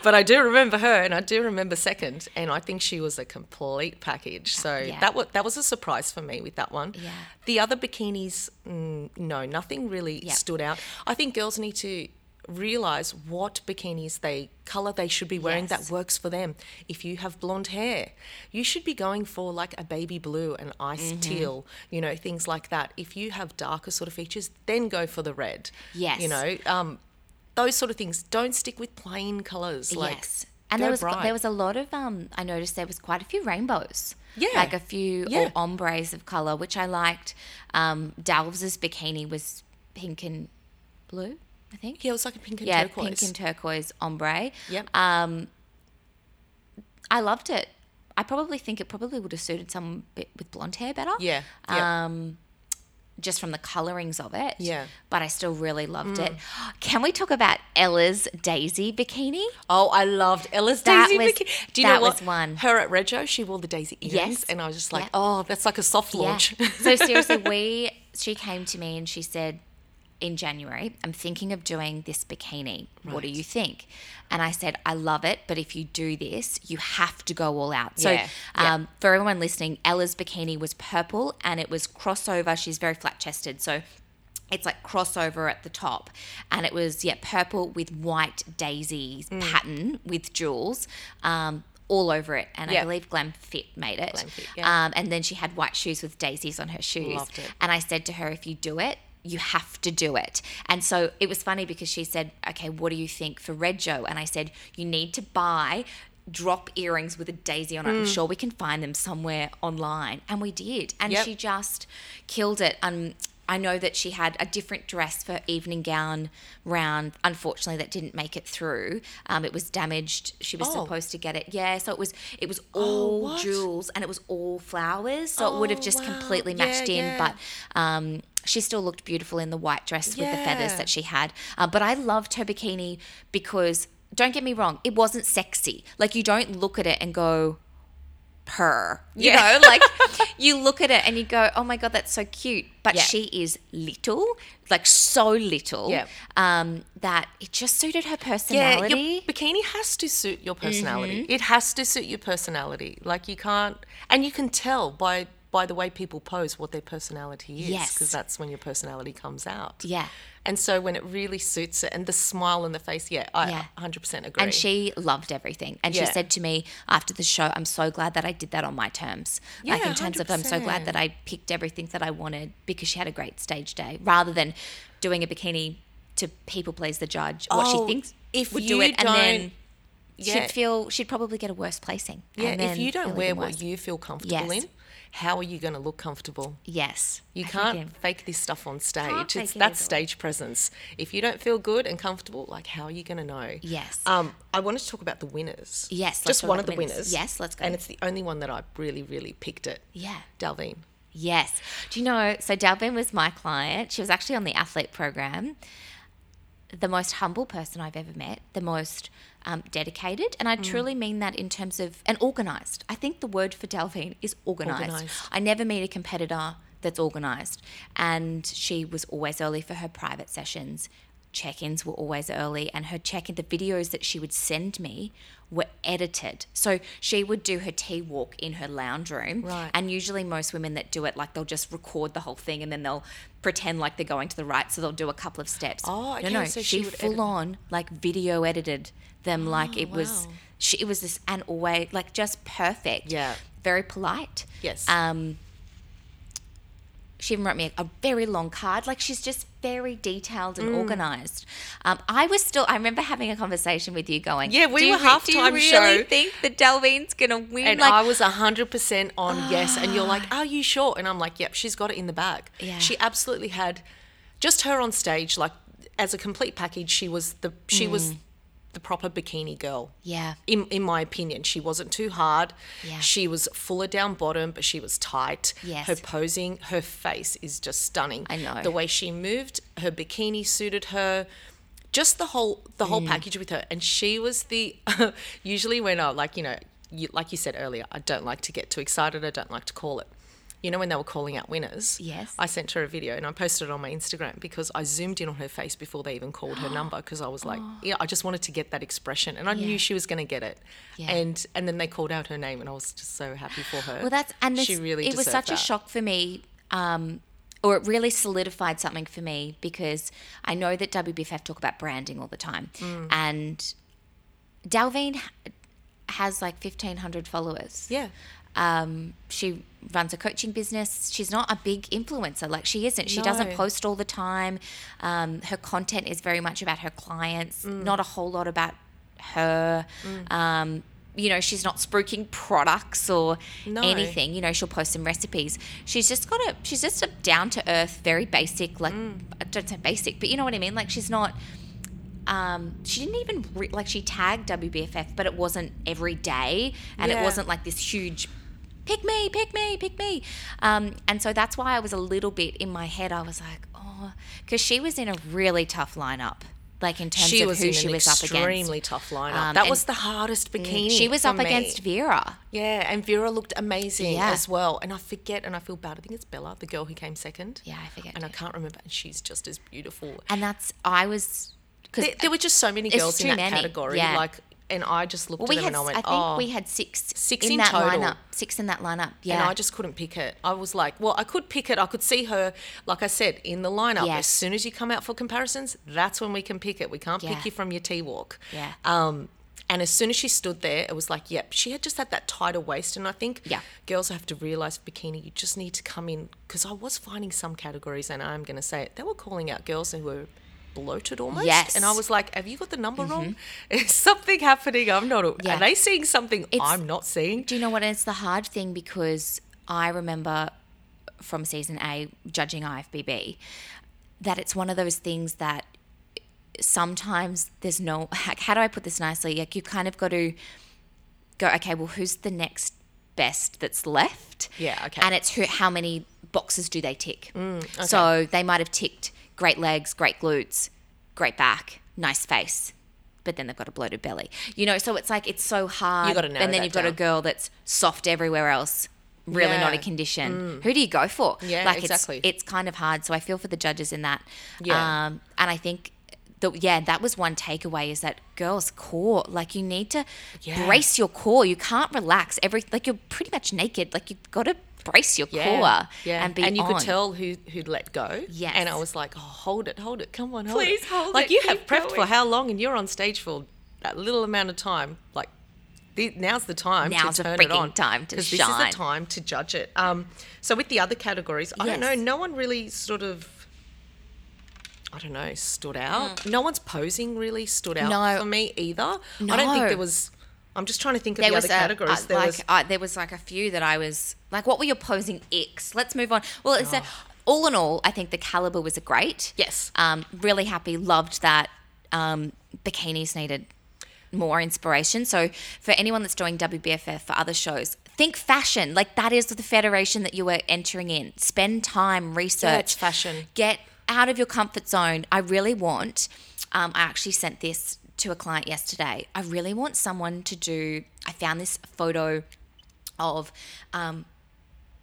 but I do remember her, and I do remember second, and I think she was a complete package. So
Yeah.
that was that was a surprise for me with that one.
Yeah.
The other bikinis, mm, no, nothing really
Yeah.
stood out. I think girls need to realize what bikinis they color they should be wearing
Yes.
that works for them if you have blonde hair you should be going for like a baby blue and ice
Mm-hmm.
teal you know things like that if you have darker sort of features then go for the red
Yes.
you know um those sort of things don't stick with plain colors like
yes. And
go
there was
bright.
there was a lot of um. I noticed there was quite a few rainbows.
Yeah.
Like a few
Yeah.
ombres of color, which I liked. Um, Dalves's bikini was pink and blue, I think.
yeah it was like a pink and
Yeah,
turquoise
pink and Uh, turquoise ombre.
yep
I loved it. I probably think it probably would have suited someone bit with blonde hair better.
yeah yeah
um, just from the colorings of it.
Yeah. Mm.
But I still really loved it. Can we talk about Ella's daisy bikini?
oh i loved ella's
That
daisy
was-
bikini. do you
that
know what
was one.
her at rego she wore the daisy earrings
Yes.
and i was just like
Yeah.
oh that's like a soft launch
so seriously, we she came to me and she said in January, I'm thinking of doing this bikini. What do
Right.
you think? And I said, I love it, but if you do this, you have to go all out. So,
Yeah, yeah.
um, for everyone listening, Ella's bikini was purple and it was crossover. She's very flat chested. So, it's like crossover at the top. And it was, yeah, purple with white daisies
Mm.
pattern with jewels um, all over it. And I
Yeah.
believe Glam Fit made it.
Glam Fit, yeah.
um, and then she had white shoes with daisies on her shoes.
Loved it.
And I said to her, if you do it, you have to do it. And so it was funny because she said, okay, what do you think for Red Joe? And I said, you need to buy drop earrings with a daisy on it.
Mm.
I'm sure we can find them somewhere online. And we did. And
Yep.
she just killed it. Um, I know that she had a different dress for evening gown round. Unfortunately, that didn't make it through. Um, it was damaged. She was
Oh.
supposed to get it. Yeah, so it was it was all
what?
jewels and it was all flowers. So it would have
Oh,
just
wow.
completely
Yeah,
matched in.
yeah.
But um, she still looked beautiful in the white dress with the feathers
Yeah.
that she had. Uh, but I loved her bikini because don't get me wrong, it wasn't sexy. Like you don't look at it and go, her. You
Yeah.
know, like you look at it and you go, oh my God, that's so cute. But
Yeah.
she is little, like so little,
Yeah.
um, that it just suited her
Yeah,
personality. Mm-hmm.
your bikini has to suit your personality. It has to suit your personality. Like you can't, and you can tell by by the way people pose what their personality is,
Yes.
because that's when your personality comes out.
Yeah.
And so when it really suits it, and the smile on the face, yeah, I
Yeah.
100% agree.
And she loved everything. And she
Yeah.
said to me after the show, I'm so glad that I did that on my terms. like
Yeah,
in terms of I'm so glad
100%.
that I picked everything that I wanted because she had a great stage day rather than doing a bikini to people please the judge what
Oh,
she thinks
if
would do
you
it and then
yeah.
she'd feel she'd probably get a worse placing. and
yeah, if
then
you don't
feel
wear
even
what
worse.
you feel comfortable
Yes.
in, how are you going to look comfortable?
Yes.
You
I think
can't
it-
fake this stuff on
Can't
stage. It's
fake it
that's
at all.
stage presence. If you don't feel good and comfortable, like how are you going to know?
Yes.
Um, I wanted to talk about the winners.
Yes, let's
just
talk
one
about
of the
the winners.
winners.
Yes, let's go.
And it's the only one that I really, really picked it.
Yeah.
Dalveen.
Yes. Do you know? So Dalvin was my client. She was actually on the athlete program. The most humble person I've ever met, the most um, dedicated, and I truly mean that in terms of and organized. I think the word for Dalvin is organized.
Organised.
I never meet a competitor that's organized, and she was always early for her private sessions. check-ins were always early and her check-in the videos that she would send me were edited so she would do her tea walk in her lounge room
Right.
and usually most women that do it like they'll just record the whole thing and then they'll pretend like they're going to the right so they'll do a couple of steps
Oh, okay,
no no
so
she,
she would edit-
full on like video edited them like it was
Oh, wow.
she it was this and always like just perfect
Yeah.
very polite
Yes.
um she even wrote me a, a very long card. Like she's just very detailed and
Mm.
organized. Um, I was still. I remember having a conversation with you going,
Yeah, we
do you
were
re- Do you
halftime
really
show."
think that Delvine's gonna win?
and
like, Ah.
I was 100% on yes. And you're like, are you sure? And I'm like, yep, she's got it in the bag.
Yeah.
She absolutely had just her on stage, like as a complete package, she was the, she
Mm.
was the proper bikini girl.
yeah,
in, in my opinion. She wasn't too hard.
Yeah.
She was fuller down bottom, but she was tight.
Yes.
Her posing, her face is just stunning.
I know.
The way she moved, her bikini suited her. Just the whole the
Mm.
whole package with her, and she was the. usually, when I like you know, you, like you said earlier, I don't like to get too excited. I don't like to call it. You know when they were calling out winners.
Yes.
I sent her a video and I posted it on my Instagram because I zoomed in on her face before they even called her number because I was like, yeah, I just wanted to get that expression and I
Oh. Yeah.
knew she was going to get it.
Yeah.
And and then they called out her name and I was just so happy for her.
Well, that's and this,
she really
it was
deserved
such a
that.
shock for me, um, or it really solidified something for me because I know that WBFF talk about branding all the time,
Mm.
and Dalvine ha- has like fifteen hundred followers.
Yeah.
um, she runs a coaching business. She's not a big influencer, like she isn't. She doesn't
No.
post all the time. Um, her content is very much about her clients,
Mm.
not a whole lot about her. Um, you know, she's not spruiking products or
No.
anything. You know, she'll post some recipes. She's just got a. She's just a down to earth, very basic. Like
Mm.
I don't say basic, but you know what I mean. Like she's not um, she didn't even re- like she tagged WBFF, but it wasn't every day, and it
Yeah.
wasn't like this huge pick me, pick me, pick me. Um, and so that's why I was a little bit in my head. I was like, oh, because she was in a really tough lineup, like in terms
She
of
was
who
in
she
an
was up against.
extremely tough lineup.
Um,
that
and-
was the hardest bikini.
She was
for
up
me.
against Vera.
Yeah, and Vera looked amazing
Yeah.
as well. And I forget, and I feel bad. I think it's Bella, the girl who came second.
Yeah, I forget.
And I
too.
can't remember. And she's just as beautiful.
and that's I was because
There, there were just so many
It's
girls in
too
that
many,
category.
yeah.
Like, and I just looked
well,
at
we
them
had
and I
I
went,
think
oh.
we had six
Six
in,
in
that
total.
lineup, six in that lineup.
And
Yeah,
I just couldn't pick it. I was like, well, I could pick it. I could see her, like I said, in the lineup.
Yes.
As soon as you come out for comparisons, that's when we can pick it. We can't
Yeah.
pick you from your tea walk.
Yeah.
Um, and as soon as she stood there, it was like, yep, she had just had that tighter waist. And I think
Yeah.
girls have to realize bikini, you just need to come in. Because I was finding some categories, and I'm going to say it, they were calling out girls who were bloated almost.
Yes. Mm-hmm.
And I was like, have you got the number wrong? Is something happening? I'm not,
Yeah.
are they seeing something
It's-
I'm not seeing?
Do you know what? It's the hard thing because I remember from season A judging IFBB that it's one of those things that sometimes there's no. How do I put this nicely? Like you kind of got to go. Okay, well, who's the next best that's left?
Yeah, okay. Mm,
And it's who, how many boxes do they tick? So they might have ticked great legs, great glutes, great back, nice face. But then they've got a bloated belly, you know. So it's like it's so hard,
You gotta narrow
and then
that
you've got a
down.
girl that's soft everywhere else, really not a
Yeah. Mm.
condition. Who do you go for?
Yeah,
like
exactly.
It's, it's kind of hard. So I feel for the judges in that.
Yeah.
Um, and I think, the, yeah, that was one takeaway is that girls' core, like you need to
Yeah.
brace your core. You can't relax. Every like you're pretty much naked. Like you've got to brace your core
yeah.
and be
you
on.
could tell who who'd let go.
Yes.
And I was like, oh, hold it, hold it, come on, hold
Please
it.
hold
like
it,
you have
keep
prepped
going.
for how long, and you're on stage for that little amount of time. Like the, now's the time
Now's the
to turn it
freaking
on.
time to
'cause This
shine.
is the time to judge it. Um, so with the other categories, I don't
Yes.
know. No one really sort of. I don't know, stood out. No one's posing really stood out
Mm. No.
for me either. I don't
No.
think there was. I'm just trying to think of the other
a-
categories.
uh,
there
like
was
uh, there was like a few that I was like, what were your posing icks? Let's move on. Well, it's a, all in all, I think the caliber was a great.
Oh. Yes.
Um, really happy, loved that. Um, bikinis needed more inspiration. So for anyone that's doing WBFF for other shows, think fashion. Like that is the federation that you are entering in. Spend time, research
it's fashion.
get out of your comfort zone. I really want, um, I actually sent this to a client yesterday. I really want someone to do, I found this photo of um,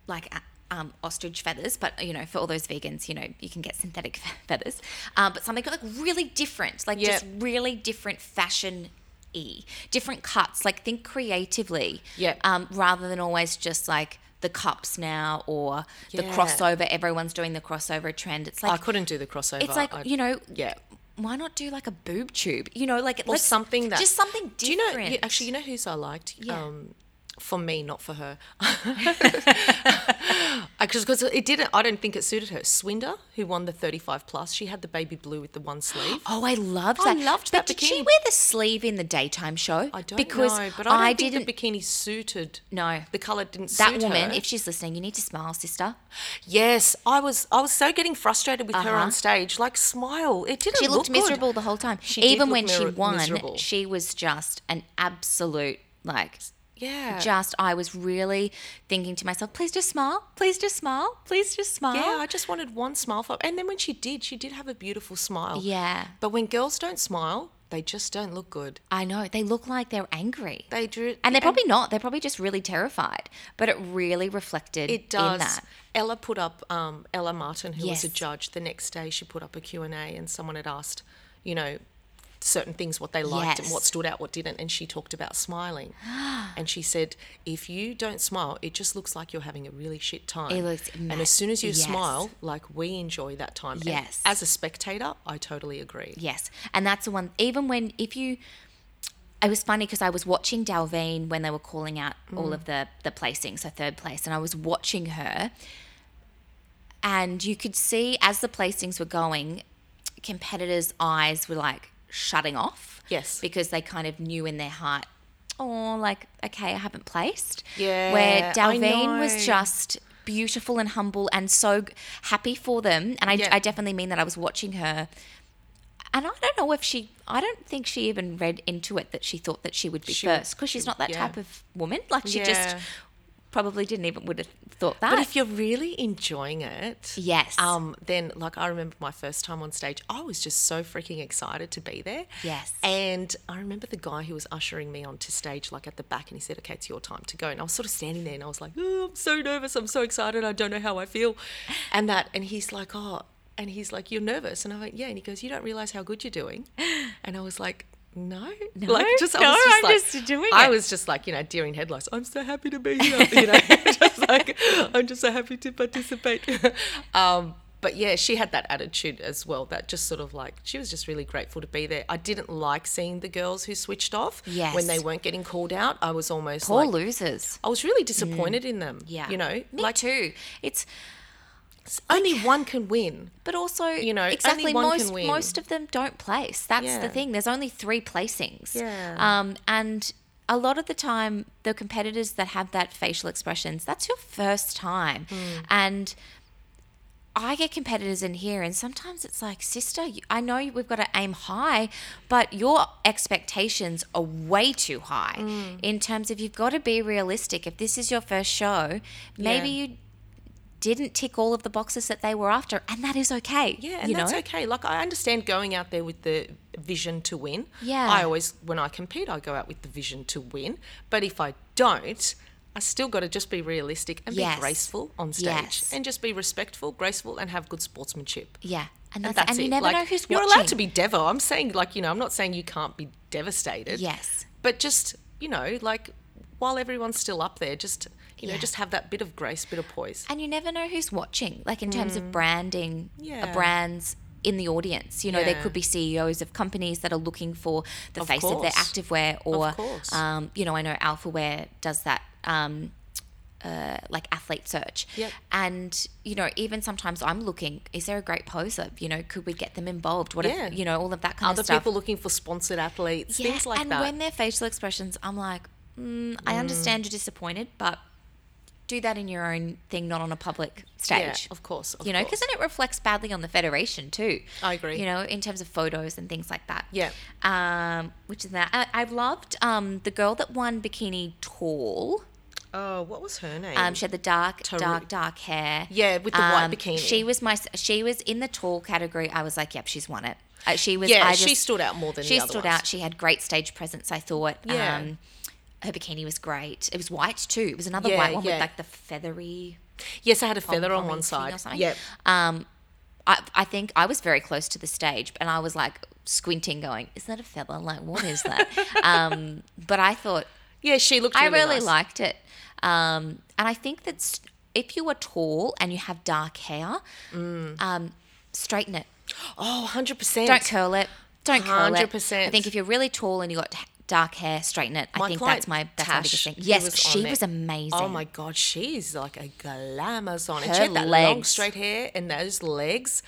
like a- um, ostrich feathers, but you know, for all those vegans, you know, you can get synthetic feathers, um, but something like really different, like
Yep.
just really different fashion. y Different cuts, like think creatively,
Yep.
um, rather than always just like the cups now or the
Yeah.
crossover. Everyone's doing the crossover trend. It's
I
like
couldn't do the crossover.
it's like
I-
you know,
yeah.
Why not do like a boob tube? You know, like
or something that
just something different.
Do you know? You, actually, you know whose I liked?
Yeah.
Um, for me, not for her, because it didn't. I don't think it suited her. Swinder, who won the thirty-five plus, she had the baby blue with the one sleeve.
Oh, I loved
I
that.
loved
but
that
did she
bikini.
wear the sleeve in the daytime show?
I don't
because
know, but I, don't think
didn't.
the bikini suited.
No.
the color didn't
that
suit
woman,
her.
if she's listening, you need to smile, sister.
yes, I was. I was so getting frustrated with her
Uh-huh.
on stage. Like, smile. It didn't.
She
look
looked
good.
miserable the whole time.
She did
Even
look
when she
mir-
won,
miserable.
she was just an absolute like.
Yeah.
Just, I was really thinking to myself, please just smile, please just smile, please just smile.
Yeah, I just wanted one smile for. And then when she did, she did have a beautiful smile.
Yeah.
But when girls don't smile, they just don't look good.
I know. They look like they're angry.
They do,
and they're probably not. They're probably just really terrified. But it really reflected
it does.
in that.
Ella put up um, Ella Martin, who was a
Yes.
judge. The next day, she put up a Q and A, and someone had asked, you know, certain things what they liked and what
Yes.
stood out, what didn't, and she talked about smiling. and she said, if you don't smile, it just looks like you're having a really shit time.
It looks
and
ma-
as soon as you
yes.
smile, like we enjoy that time. And
Yes.
as a spectator, I totally agree.
Yes. And that's the one, even when, if you, it was funny because I was watching Dalveen when they were calling out
Mm.
all of the, the placing, so third place, and I was watching her. And you could see as the placings were going, competitors' eyes were like shutting off.
Yes.
Because they kind of knew in their heart, oh, like, okay, I haven't placed. Where
Yeah, I
Dalveen was
know.
just beautiful and humble and so g- happy for them. And I,
Yeah.
I definitely mean that I was watching her and I don't know if she, I don't think she even read into it that she thought that she would be
She-
first because she's not that
yeah.
type of woman. Like she just
Yeah.
probably didn't even would have thought that.
But if you're really enjoying it,
Yes.
Um, then like I remember my first time on stage, I was just so freaking excited to be there.
Yes.
And I remember the guy who was ushering me onto stage, like at the back, and he said, "Okay, it's your time to go." And I was sort of standing there, and I was like, oh, "I'm so nervous. I'm so excited. I don't know how I feel," and that. And he's like, "Oh," and he's like, "You're nervous," and I went, "Yeah." And he goes, "You don't realize how good you're doing," and I was like. No,
No,
like just I
no,
was just
I'm
like
just doing
I
it.
was just like you know deer in headlights. I'm so happy to be here. You know, just like I'm just so happy to participate. um, but yeah, she had that attitude as well. That just sort of like she was just really grateful to be there. I didn't like seeing the girls who switched off
Yes.
when they weren't getting called out. I was almost
Poor
like
losers.
I was really disappointed in them.
Yeah.
you know,
Me
like
too. It's,
only one can win.
but also,
You know, only
exactly
one can
most,
win.
most of them don't place. That's the
Yeah.
thing. There's only three placings.
Yeah.
Um, and a lot of the time, the competitors that have that facial expressions, that's your first time.
Hmm.
And I get competitors in here, and sometimes it's like, sister, you- I know you- we've got to aim high, but your expectations are way too high
Hmm.
in terms of you've got to be realistic. If this is your first show, maybe
Yeah.
you didn't tick all of the boxes that they were after, and that is okay.
Yeah, and
you
that's
know?
okay. Like I understand going out there with the vision to win.
Yeah.
I always when I compete, I go out with the vision to win. But if I don't, I still got to just be realistic and
Yes.
be graceful on stage,
Yes.
and just be respectful, graceful, and have good sportsmanship.
Yeah, and
And
that's,
that's
and you
it.
never
like,
know who's
you're
watching.
allowed to be devo. I'm saying like you know, I'm not saying you can't be devastated.
Yes.
But just you know, like while everyone's still up there, just you
Yeah.
know, just have that bit of grace, bit of poise.
and you never know who's watching like in terms of branding uh,
Mm. Yeah.
brands in the audience you know there
Yeah.
could be ceos of companies that are looking for the face of their
course.
activewear or
course.
um, you know i know alphaware does that um, uh, like athlete search
Yep.
and you know even sometimes i'm looking is there a great poser you know could we get them involved what
Yeah.
if you know all of that kind
Other
of stuff
people looking for sponsored athletes,
yeah,
things like
and
that.
when their facial expressions, I'm like, mm, I understand you're disappointed, but do that in your own thing, not on a public stage.
Yeah, of course. Of
you know,
course.
because then it reflects badly on the federation too.
I agree.
You know, in terms of photos and things like that.
Yeah.
Um, which is that I, I've loved um, the girl that won bikini tall.
Oh, what was her name?
Um, she had the dark,
Taru-
dark, dark hair.
Yeah, with the white
Um,
bikini.
She was my. She was in the tall category. I was like, yep, she's won it. Uh, she was.
yeah,
I
she
just-
stood out more than
she
the other
stood
ones.
out. She had great stage presence. I thought.
Yeah.
Um, her bikini was great. It was white too. It was another
Yeah,
white one
yeah.
with like the feathery
Yes, I had a feather on
Pommy
one
King
side.
or something.
Yep.
Um, I, I think I was very close to the stage, and I was like squinting, going, "Is that a feather? Like, what is that?" um, but I thought
Yeah, she looked.
I
Really
really
nice.
liked it, um, and I think that st- if you are tall and you have dark hair,
Mm.
um, straighten it.
Oh, 100 percent.
Don't curl it. Don't curl it.
100%.
I think if you're really tall and you got h- dark hair, straighten it. I
My
think
client,
that's my that's my biggest
Tash,
thing.
who
Yes,
was on
she
there-
was amazing.
Oh my god, she's like a glamorous on, and
Her
she had that long
legs.
straight hair and those legs.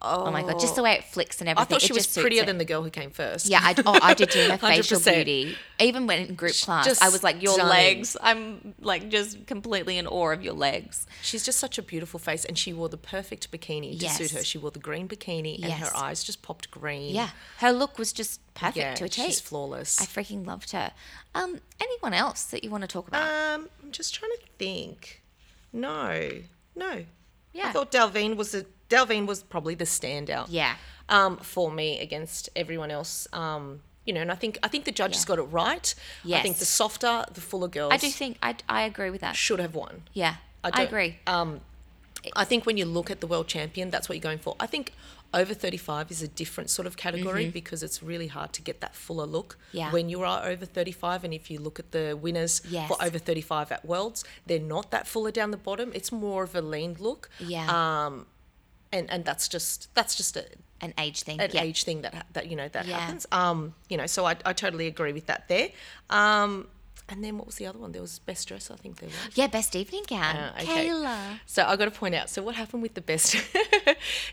Oh my god! Just the way it flicks and
I
everything.
thought she
it
was
just suits
prettier
it.
than the girl who came first.
Yeah, I, oh, I did do her facial
100%.
beauty. Even when in group class,
just
I was like, your
stunning.
legs. I'm like just completely in awe of your legs.
She's just such a beautiful face, and she wore the perfect bikini to suit
Yes.
her. She wore the green bikini, and
Yes.
her eyes just popped green.
Yeah, her look was just perfect
yeah,
to achieve.
she's flawless.
I freaking loved her. Um, anyone else that you want to talk
Uh,
about?
Um, I'm just trying to think. No, no.
Yeah.
I thought Delvine was a Delvine was
Probably the standout.
yeah,
um, for me against everyone else. Um, you know, and I think I think the judges
Yeah.
got it right. I think
Yes.
the softer, the fuller girls
I do think I I agree with that.
should have won.
Yeah, I,
don't-
agree.
Um, I think when you look at the world champion, that's what you're going for. I think over 35 is a different sort of category because it's really hard to get that fuller look
Mm-hmm. Yeah.
when you are over 35. And if you look at the winners
Yes.
for over 35 at Worlds, they're not that fuller down the bottom. It's more of a lean look.
Yeah.
Um, and, and that's just that's just a,
An age thing.
an
yeah.
age thing that ha- that you know that
Yeah.
happens. Um, you know, so I, I totally agree with that there. Um, and then what was the other one? There was best dress, I think there was.
Yeah, best evening gown.
Uh, okay.
Kayla.
So I got to point out. So what happened with the best?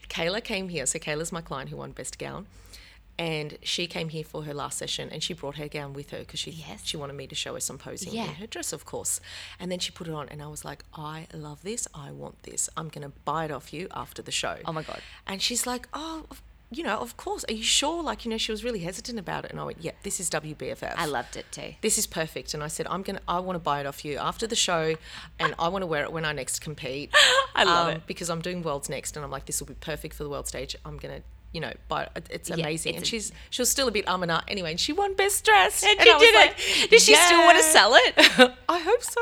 Kayla came here. So Kayla's my client who won best gown, and she came here for her last session, and she brought her gown with her because she
Yes.
she wanted me to show her some posing in
Yeah.
her dress, of course. And then she put it on, and I was like, I love this. I want this. I'm gonna buy it off you after the show.
Oh my God.
And she's like, oh. of- You know, of course. Are you sure? Like, you know, she was really hesitant about it, and I went, "Yep, this is WBFF."
I loved it too.
this is perfect. And I said, I'm gonna, I want to buy it off you after the show, and I want to wear it when I next compete. I love it because I'm doing Worlds next, and I'm like, this will be perfect for the World stage. I'm gonna, you know, buy it. It's amazing.
it's
and
a-
she's she was still a bit um and ah anyway, and she won best dress,
And she
I was
did
like,
it. Does she still want to
"Yeah."
sell it?
I hope so,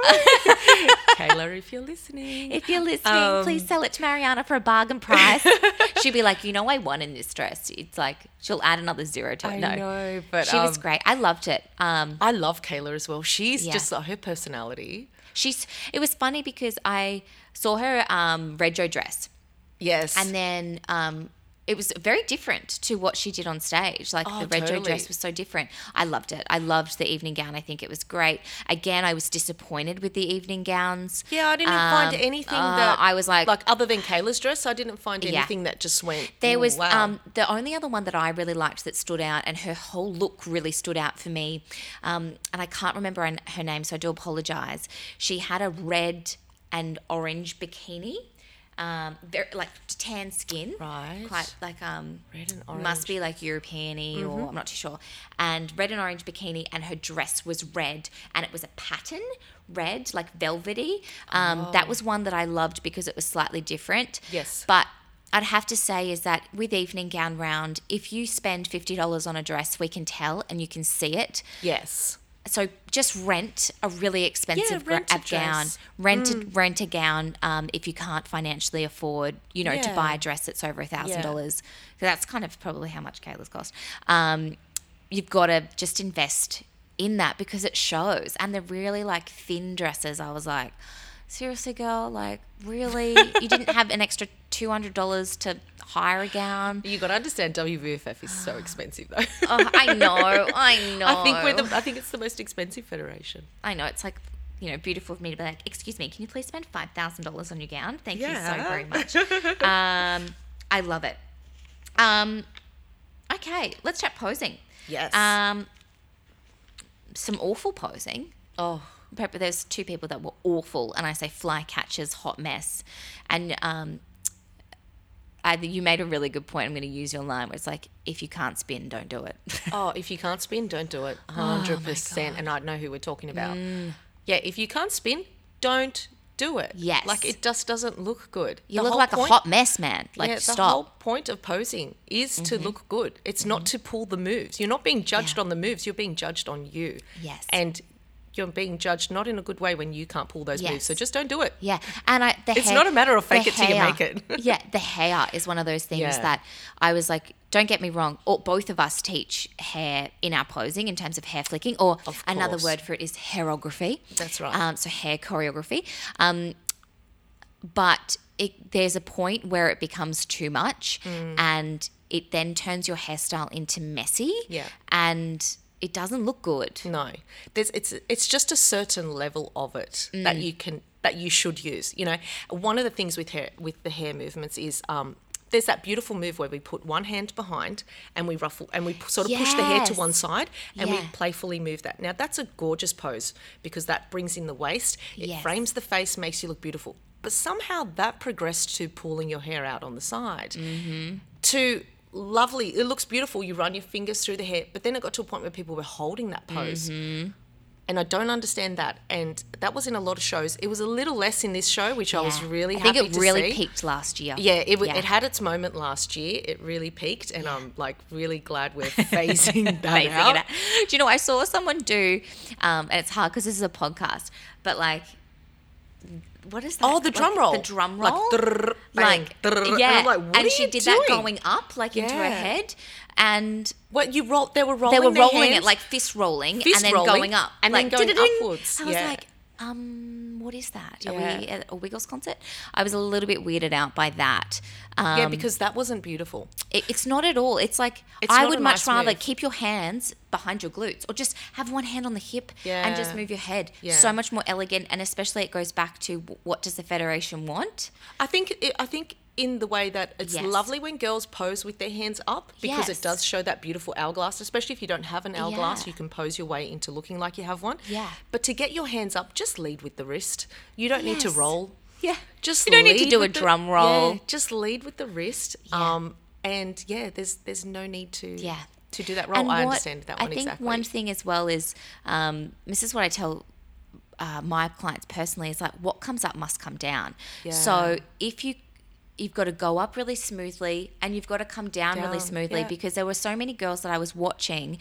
Kayla. If you're listening,
If you're listening,
Um,
please sell it to Mariana for a bargain price. She'd be like, you know, I won in this dress. It's like she'll add another zero to it.
I
no,
know, but,
she was
um,
great. I loved it. Um,
I love Kayla as well. She's
Yeah.
just like her personality.
she's. It was funny because I saw her um, Rego dress,
Yes,
and then um, it was very different to what she did on stage. Like
Oh,
the Rego
totally.
dress was so different. I loved it. I loved the evening gown. I think it was great. Again, I was disappointed with the evening gowns.
yeah, I didn't find
Um,
anything
uh,
that
I was like,
like other than Kayla's dress. I didn't find
Yeah.
anything that just went.
There
"Ooh,
was
wow."
um, the only other one that I really liked that stood out, and her whole look really stood out for me. Um, and I can't remember an- her name, so I do apologize. She had a red and orange bikini, um, very, like tan skin,
Right.
Quite like um,
Red and Mm-hmm.
must be like European-y or I'm not too sure. And red and orange bikini, and her dress was red, and it was a pattern red, like velvety. Um, That was one that I loved because it was slightly different.
Oh. Yes.
but. I'd have to say is that with evening gown round, if you spend fifty dollars on a dress, we can tell and you can see it.
Yes.
So just rent a really expensive gra-
rent a
a gown.
dress. Mm.
Rent a, rent a gown um, if you can't financially afford, you know, to
Yeah.
buy a dress that's over a thousand dollars. So that's kind of probably how much Kayla's cost. Um, you've got to just invest in that because it shows. And the really like thin dresses, I was like, seriously, girl, like really, you didn't have an extra two hundred dollars to hire a gown.
You got to understand WVFF is so expensive though.
Oh, I know, I know.
I think we're the, I think it's the most expensive federation.
I know it's like you know beautiful of me to be like, excuse me, can you please spend five thousand dollars on your gown? Thank you so
Yeah.
very much. um, I love it. Um, okay, let's chat posing.
yes.
Um, some awful posing.
Oh,
But there's two people that were awful, and I say fly catchers, hot mess, and um. I, you made a really good point. I'm going to use your line where it's like, if you can't spin, don't do it.
oh, if you can't spin, don't do it.
Oh,
100% and I know who we're talking about.
Mm.
Yeah, if you can't spin, don't do it.
Yes.
Like it just doesn't look good.
you
The
look
whole
like a
point-
hot mess, man. Like,
yeah,
stop. Mm-hmm.
the whole point of posing is to look good. It's not to pull the moves. You're not being judged
Yeah.
on the moves. You're being judged on you.
Yes.
And you're being judged not in a good way when you can't pull those moves. So
Yes.
just don't do it.
Yeah, and I. The
It's
hair-
not a matter of
the
fake it till you
hair-
make it.
yeah, the hair is one of those things
Yeah.
that I was like, don't get me wrong. Or both of us teach hair in our posing in terms of hair flicking, or another
course.
word for it is hairography.
That's right.
Um, so hair choreography. Um, but it, there's a point where it becomes too much,
Mm.
and it then turns your hairstyle into messy.
Yeah.
and it doesn't look good.
No, there's it's it's just a certain level of it
Mm.
that you can that you should use. You know, one of the things with hair with the hair movements is um, there's that beautiful move where we put one hand behind and we ruffle and we p- sort of push the hair to
Yes.
one side and we
Yeah.
playfully move that. Now that's a gorgeous pose because that brings in the waist, it
Yes.
frames the face, makes you look beautiful. But somehow that progressed to pulling your hair out on the side
Mm-hmm.
to lovely. It looks beautiful. You run your fingers through the hair, but then it got to a point where people were holding that pose.
Mm-hmm.
And I don't understand that. And that was in a lot of shows. It was a little less in this show, which I was
Yeah.
really
I
happy
think it
to
really
see.
peaked last year.
Yeah, it, w- it had its moment last year. It really peaked, and I'm like really glad we're phasing that
phasing it
out.
out. Do you know, I saw someone do, um, and it's hard because this is a podcast, but like, what is that?
Oh, the
Like,
drum roll.
The drum
Like,
roll.
drrr, bang,
Like,
drrr. And
yeah.
I'm like,
and
what are
she
you
did that
doing?
going up, like into her
Yeah.
head. And
What you roll? They were
they
rolling.
were
their
rolling it
hands.
like fist rolling
Fist
and then
rolling
going up.
and then
like,
going
ding.
upwards,
I was
yeah.
like, um, what is that? Are
Yeah.
we at a Wiggles concert? I was a little bit weirded out by that. Um,
yeah, because that wasn't beautiful.
It, it's not at all. It's like
It's
I
not
would
a
much
nice
rather
move.
keep your hands behind your glutes or just have one hand on the hip and just
Yeah.
move your head.
Yeah.
So much more elegant, and especially it goes back to w- what does the federation want?
I think it, I think in the way that it's
Yes.
lovely when girls pose with their hands up because
Yes.
it does show that beautiful hourglass. Especially if you don't have an hourglass,
Yeah.
you can pose your way into looking like you have one.
Yeah.
But to get your hands up, just lead with the wrist. You don't need to
Yes.
roll.
Yeah.
Just
You don't need to
lead
do a
with the-
drum roll.
yeah, just lead with the wrist.
Yeah.
Um, and yeah, there's there's no need to
Yeah.
to do that roll.
And
I
what-
understand that one
I think
exactly.
one thing as well is um, this is what I tell uh, my clients personally is like what comes up must come down. So if you you've got to go up really smoothly and you've got to come down, really
Down,
smoothly
yeah.
because there were so many girls that I was watching.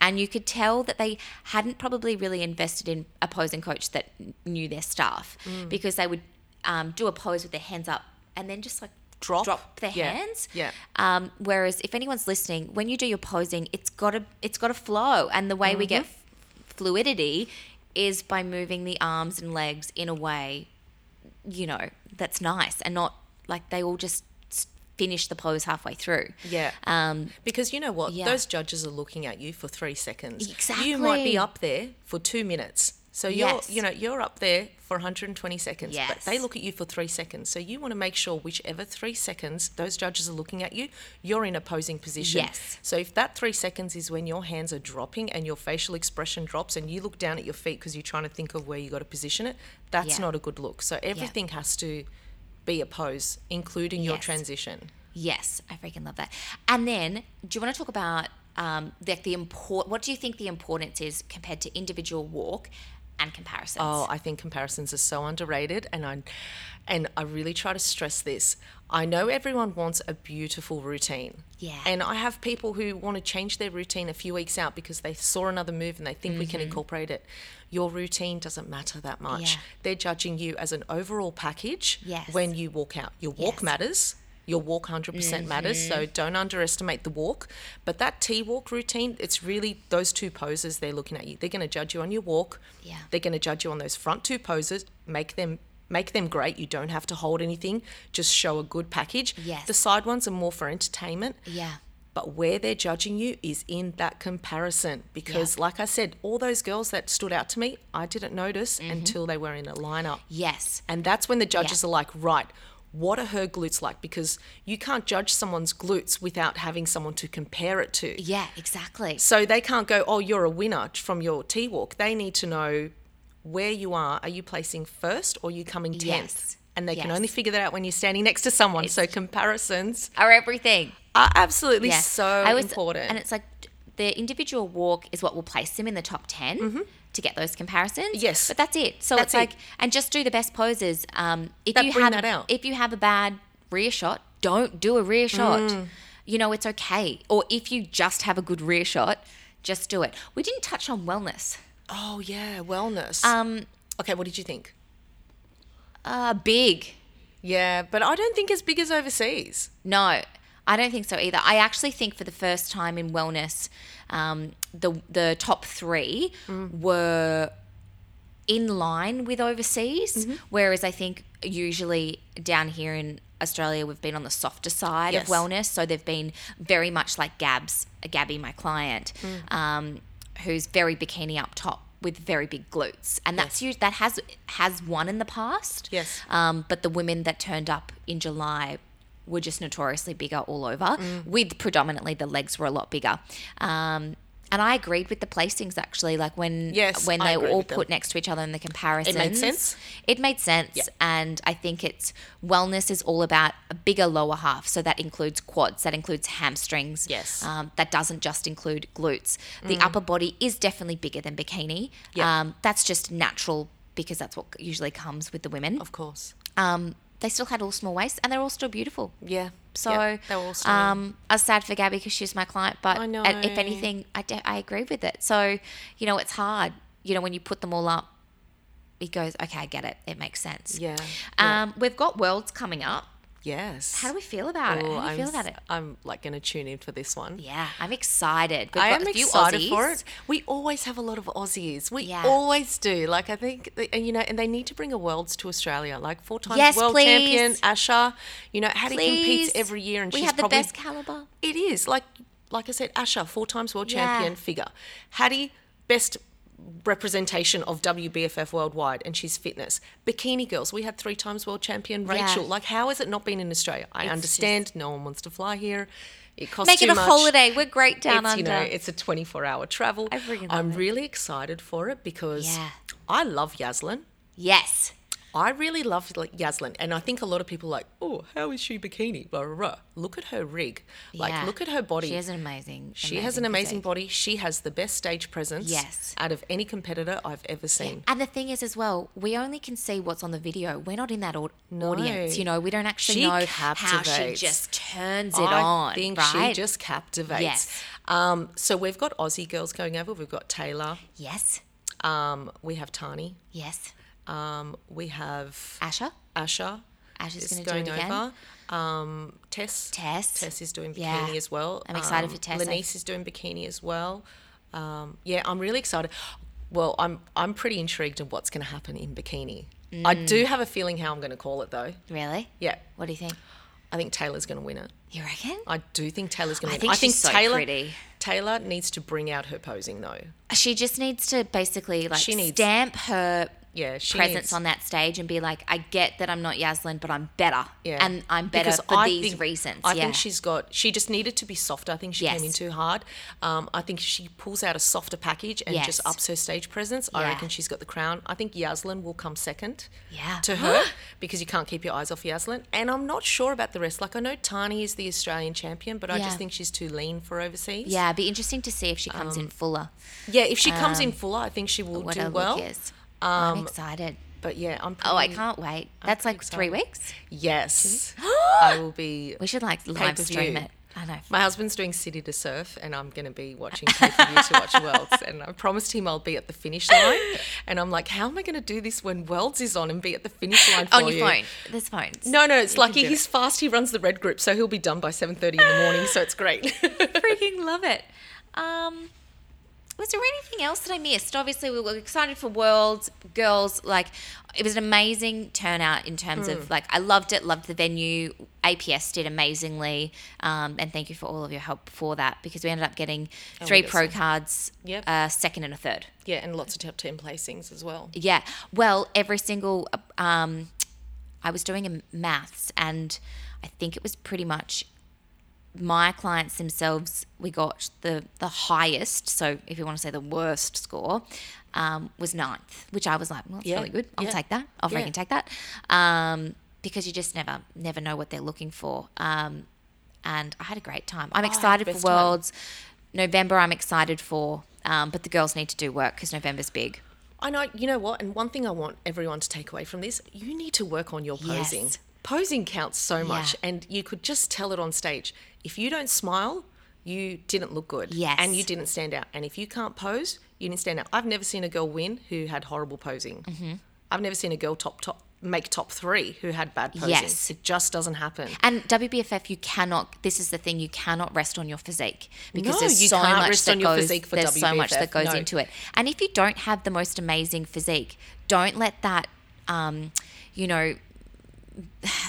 And you could tell that they hadn't probably really invested in a posing coach that knew their stuff
Mm.
because they would um, do a pose with their hands up and then just like
Drop.
drop their
Yeah.
hands.
Yeah.
Um, whereas if anyone's listening, when you do your posing, it's got to it's got to flow, and the way we get f-
Mm-hmm.
fluidity is by moving the arms and legs in a way, you know, that's nice and not like they all just s- finish the pose halfway through.
Yeah.
Um,
Because you know what?
Yeah.
Those judges are looking at you for three seconds. You might
Exactly.
be up there for two minutes. So you're
Yes.
you know, you're up there for 120 seconds. But
Yes.
they look at you for three seconds. So you want to make sure whichever three seconds those judges are looking at you, you're in a posing position.
Yes.
So if that three seconds is when your hands are dropping and your facial expression drops and you look down at your feet because you're trying to think of where you got to position it,
Yeah.
that's not a good look. So everything has to be a pose, including your
Yes.
transition.
yes, I freaking love that. And then, do you want to talk about um, like the import? What do you think the importance is compared to individual walk and comparisons?
Oh, I think comparisons are so underrated, and I and I really try to stress this. I know everyone wants a beautiful routine.
Yeah.
And I have people who want to change their routine a few weeks out because they saw another move and they think we can incorporate it. Your routine doesn't matter that much.
Mm-hmm. Yeah.
They're judging you as an overall package
Yes.
when you walk out. Your walk
Yes. Mm-hmm.
matters. Your walk 100% percent matters, so don't underestimate the walk. But that T walk routine, it's really those two poses they're looking at you. They're going to judge you on your walk.
Yeah.
They're going to judge you on those front two poses. Make them make them great. You don't have to hold anything. Just show a good package.
Yes.
The side ones are more for entertainment.
yeah.
But where they're judging you is in that comparison because, like I said, all those girls that stood out to me, I didn't notice
Mm-hmm.
until they were in a lineup.
Yes.
And that's when the judges are like, right, what are her glutes like? Because you can't judge someone's glutes without having someone to compare it to.
Yeah. Exactly.
So they can't go, oh, you're a winner from your T walk. They need to know where you are. Are you placing first or are you coming 10th?
Yes.
And they can
Yes.
only figure that out when you're standing next to someone. so comparisons
Are everything.
are absolutely
Yeah.
so
was-
important.
And it's like the individual walk is what will place them in the top 10 to get those comparisons.
Mm-hmm. Yes.
But that's it. So it's
That's it.
like, and just do the best poses. Um, if
That
you
bring
have,
that out.
If you have a bad rear shot, don't do a rear shot.
Mm.
You know, it's okay. Or if you just have a good rear shot, just do it. We didn't touch on wellness.
Oh yeah, wellness.
Um,
okay, what did you think?
uh, big.
Yeah, but I don't think as big as overseas.
No, I don't think so either. I actually think for the first time in wellness, um, the the top three were in line with overseas, whereas I think usually down here in Australia we've been on the softer side
Yes.
of wellness, so they've been very much like Gabs, Gabby, my client, um, who's very bikini up top with very big glutes, and that's us- that has has won in the past.
Yes.
Um, but the women that turned up in July were just notoriously bigger all over,
Mm.
with predominantly the legs were a lot bigger. Um, and I agreed with the placings actually, like when
Yes,
when
I
they were
agree
all
with them.
put next to each other in the comparisons.
sense.
It made sense, and I think it's wellness is all about a bigger lower half, so that includes quads, that includes hamstrings.
Yes.
um, that doesn't just include glutes.
Mm.
The upper body is definitely bigger than bikini.
Yeah.
um, that's just natural because that's what usually comes with the women
Of course.
um, they still had all small waists and they're all still beautiful.
Yeah.
So
yeah, they were all stunning.
um, I was sad for Gabby because she's my client, but
I know.
a- if anything, I, de- I agree with it. So, you know, it's hard. You know, when you put them all up, it goes, okay, I get it. It makes sense.
yeah.
Um, We've got Worlds coming up.
yes.
How do we feel about it? How do
Oh,
you
I'm,
feel about it?
s- I'm like going to tune in for this one.
Yeah, I'm excited. We've
I
got
am
a few
excited for
Aussies.
it. We always have a lot of Aussies. We
Yeah.
always do. Like I think, they- and you know, and they need to bring a worlds to Australia. Like four times
Yes,
world
please.
champion Asha. You know, Hattie
Please.
competes every year, and
we
she's
have the
probably
best caliber.
It is like like I said, Asha, four times world
Yeah.
champion figure. Hattie, best representation of WBFF worldwide, and she's fitness. Bikini Girls, we had three times world champion
Yeah.
Rachel. Like, how has it not been in Australia? I understand no one wants to fly here. It costs
Make
too
it a
much.
holiday. We're great down
It's,
under.
you know, it's a 24 hour travel.
I freaking love
I'm really excited for it because
Yeah.
I love Yaslin.
yes.
I really love like, Yaslin, and I think a lot of people are like, oh, how is she bikini? Blah, blah, blah. Look at her rig. Like,
Yeah.
look at her body.
She has an amazing.
She has an amazing body. She has the best stage presence
Yes.
out of any competitor I've ever seen.
And the thing is, as well, we only can see what's on the video. We're not in that au-
No.
audience, you know. We don't actually
She
know how she
captivates.
just turns it
I
on.
think
right?
she just captivates.
Yes.
Um, so we've got Aussie girls going over. We've got Taylor.
yes,
Um, we have Tani.
yes.
Um, we have
Asha,
Asha.
Ash is
is
gonna do
going
it again.
over. Um, Tess.
Tess.
Tess is doing bikini
Yeah.
as well.
I'm excited for Tess. I-
Lanice is doing bikini as well. Um, yeah, I'm really excited. Well, I'm I'm pretty intrigued of what's going to happen in bikini. I
Mm.
do have a feeling how I'm going to call it though.
really?
Yeah,
What do you think?
I think Taylor's going to win it.
You reckon?
I do think Taylor's going
I
to win.
think
I think
she's so
Taylor
pretty.
Taylor needs to bring out her posing though.
She just needs to basically like
She needs-
stamp her
Yeah, she
presence
needs-
on that stage and be like, I get that I'm not Yaslin, but I'm better.
Yeah.
And I'm better
Because
for
I
these
think-
reasons.
I
yeah.
think she's got, she just needed to be softer. I think she
Yes.
came in too hard. Um, I think she pulls out a softer package and
Yes.
just ups her stage presence. I
Yeah.
reckon she's got the crown. I think Yaslin will come second
Yeah.
to her because you can't keep your eyes off Yaslin. And I'm not sure about the rest. Like, I know Tani is the Australian champion, but I
Yeah.
just think she's too lean for overseas.
Yeah, it'd be interesting to see if she comes in fuller.
Yeah, if she comes in fuller, I think she will
Um, What her
Um, do well. Um,
look is. I'm excited.
But yeah, I'm
Oh, I
pretty-
can't wait. That's like three weeks.
Yes. I will be.
We should like live stream
Pay-per-view.
it. I know.
My husband's doing City to Surf, and I'm going to be watching pay per view to watch Worlds. And I promised him I'll be at the finish line. And I'm like, how am I going to do this when Worlds is on and be at the finish line for
On your
you?
phone. There's phones.
No, no, it's
You can
lucky
do
he's fast. He runs the red group, so he'll be done by 7:30 in the morning. So it's great.
freaking love it. Um, was there anything else that I missed? Obviously, we were excited for Worlds, girls. Like, it was an amazing turnout in terms
Hmm.
of like I loved it, loved the venue. APS did amazingly, um, and thank you for all of your help for that because we ended up getting three
Oh, got
pro cards,
Yep.
uh, second and a third.
yeah, and lots of top ten placings as well.
Yeah. Well, every single um, I was doing a maths, and I think it was pretty much my clients themselves. We got the the highest. So if you want to say the worst score. Um, was ninth, which I was like, well, that's
Yeah.
really good. I'll
Yeah.
take that. I'll
Yeah.
freaking take that. Um, because you just never, never know what they're looking for. Um, and I had a great time. I'm excited for
Oh, best time.
Worlds. November, I'm excited for. Um, but the girls need to do work because November's big.
I know, you know what? And one thing I want everyone to take away from this you need to work on your posing.
Yes.
Posing counts so much,
Yeah.
and you could just tell it on stage. If you don't smile, you didn't look good.
Yes.
And you didn't stand out. And if you can't pose, you need to stand out. I've never seen a girl win who had horrible posing.
Mm-hmm.
I've never seen a girl top top make top three who had bad posing.
Yes.
It just doesn't happen.
And WBFF, you cannot. This is the thing: you cannot rest on your physique because
No,
there's
you
so
can't
much
rest
that
on your
goes.
physique for
there's so much that
WBFF,
goes
no.
into it. And if you don't have the most amazing physique, don't let that, um, you know,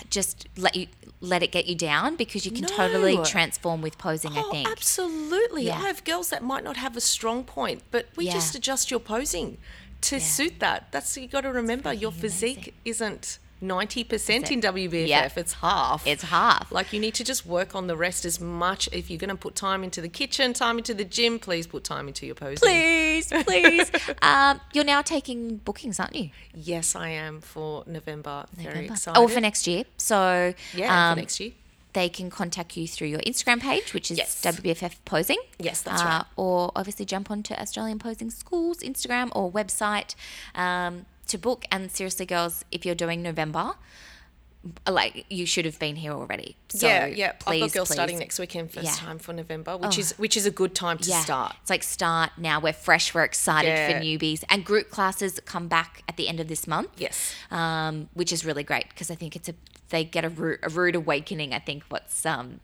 just let you let it get you down because you can totally
No.
transform with posing. I think.
Oh, absolutely.
Yeah.
I have girls that might not have a strong point, but we
Yeah.
just adjust your posing to suit that. That's you got to remember your physique isn't ninety percent in WBFF.
Yep.
It's half.
It's half.
Like you need to just work on the rest as much. If you're going to put time into the kitchen, time into the gym, please put time into your posing.
please, please. um, you're now taking bookings, aren't you?
Yes, I am for November. Very
Remember?
excited.
Oh, for next year. So
yeah,
um,
for next year.
they can contact you through your Instagram page, which is
Yes.
WBFF Posing.
Yes, that's
uh,
right.
Or obviously jump onto Australian Posing School's Instagram or website um, to book. And seriously, girls, if you're doing November, like you should have been here already. So
yeah, yeah.
Please,
I've got girls
please.
starting next weekend, first
Yeah. Oh.
time for November, which is which is a good time to start.
It's like start now. We're fresh. We're excited
Yeah.
for newbies. And group classes come back at the end of this month.
Yes.
um, which is really great because I think it's a they get a rude, a rude awakening. I think what's um,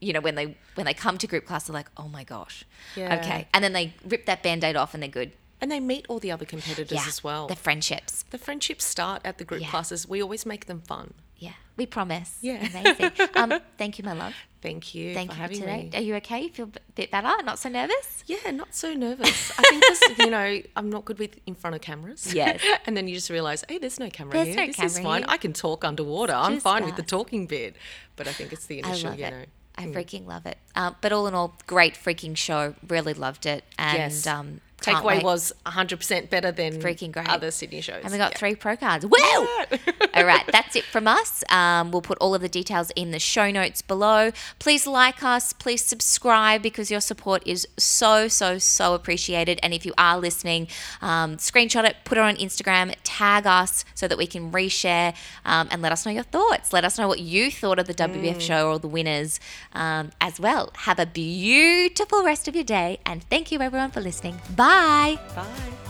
you know when they when they come to group class they're like oh my gosh
Yeah.
okay and then they rip that band-aid off and they're good
And they meet all the other competitors
yeah
as well.
the friendships
The friendships start at the group
Yeah.
classes. We always make them fun.
yeah we promise
Yeah.
amazing um, thank you my love
Thank you
thank you
for
for
having
today
me.
are you okay you feel a bit better not so nervous
Yeah, not so nervous. I think just, you know, I'm not good with in front of cameras.
Yes.
and then you just realize, hey, there's no camera
There's
here.
no
this is
camera
fine.
here.
I can talk underwater. I'm
just
fine with the
us.
talking bit. But I think it's the
I
initial,
love
you
it
know. Mm.
I freaking love it uh, but all in all great freaking show really loved it and
yes.
um, can't
Takeaway
wait.
was 100% better than
Freaking great.
other Sydney shows.
And we got
Yeah.
three pro cards. Wow! all right, that's it from us. Um, we'll put all of the details in the show notes below. Please like us, please subscribe because your support is so, so, so appreciated. And if you are listening, um, screenshot it, put it on Instagram, tag us so that we can reshare um, and let us know your thoughts. Let us know what you thought of the WBF show or the winners um, as well. Have a beautiful rest of your day and thank you everyone for listening. Bye.
Bye.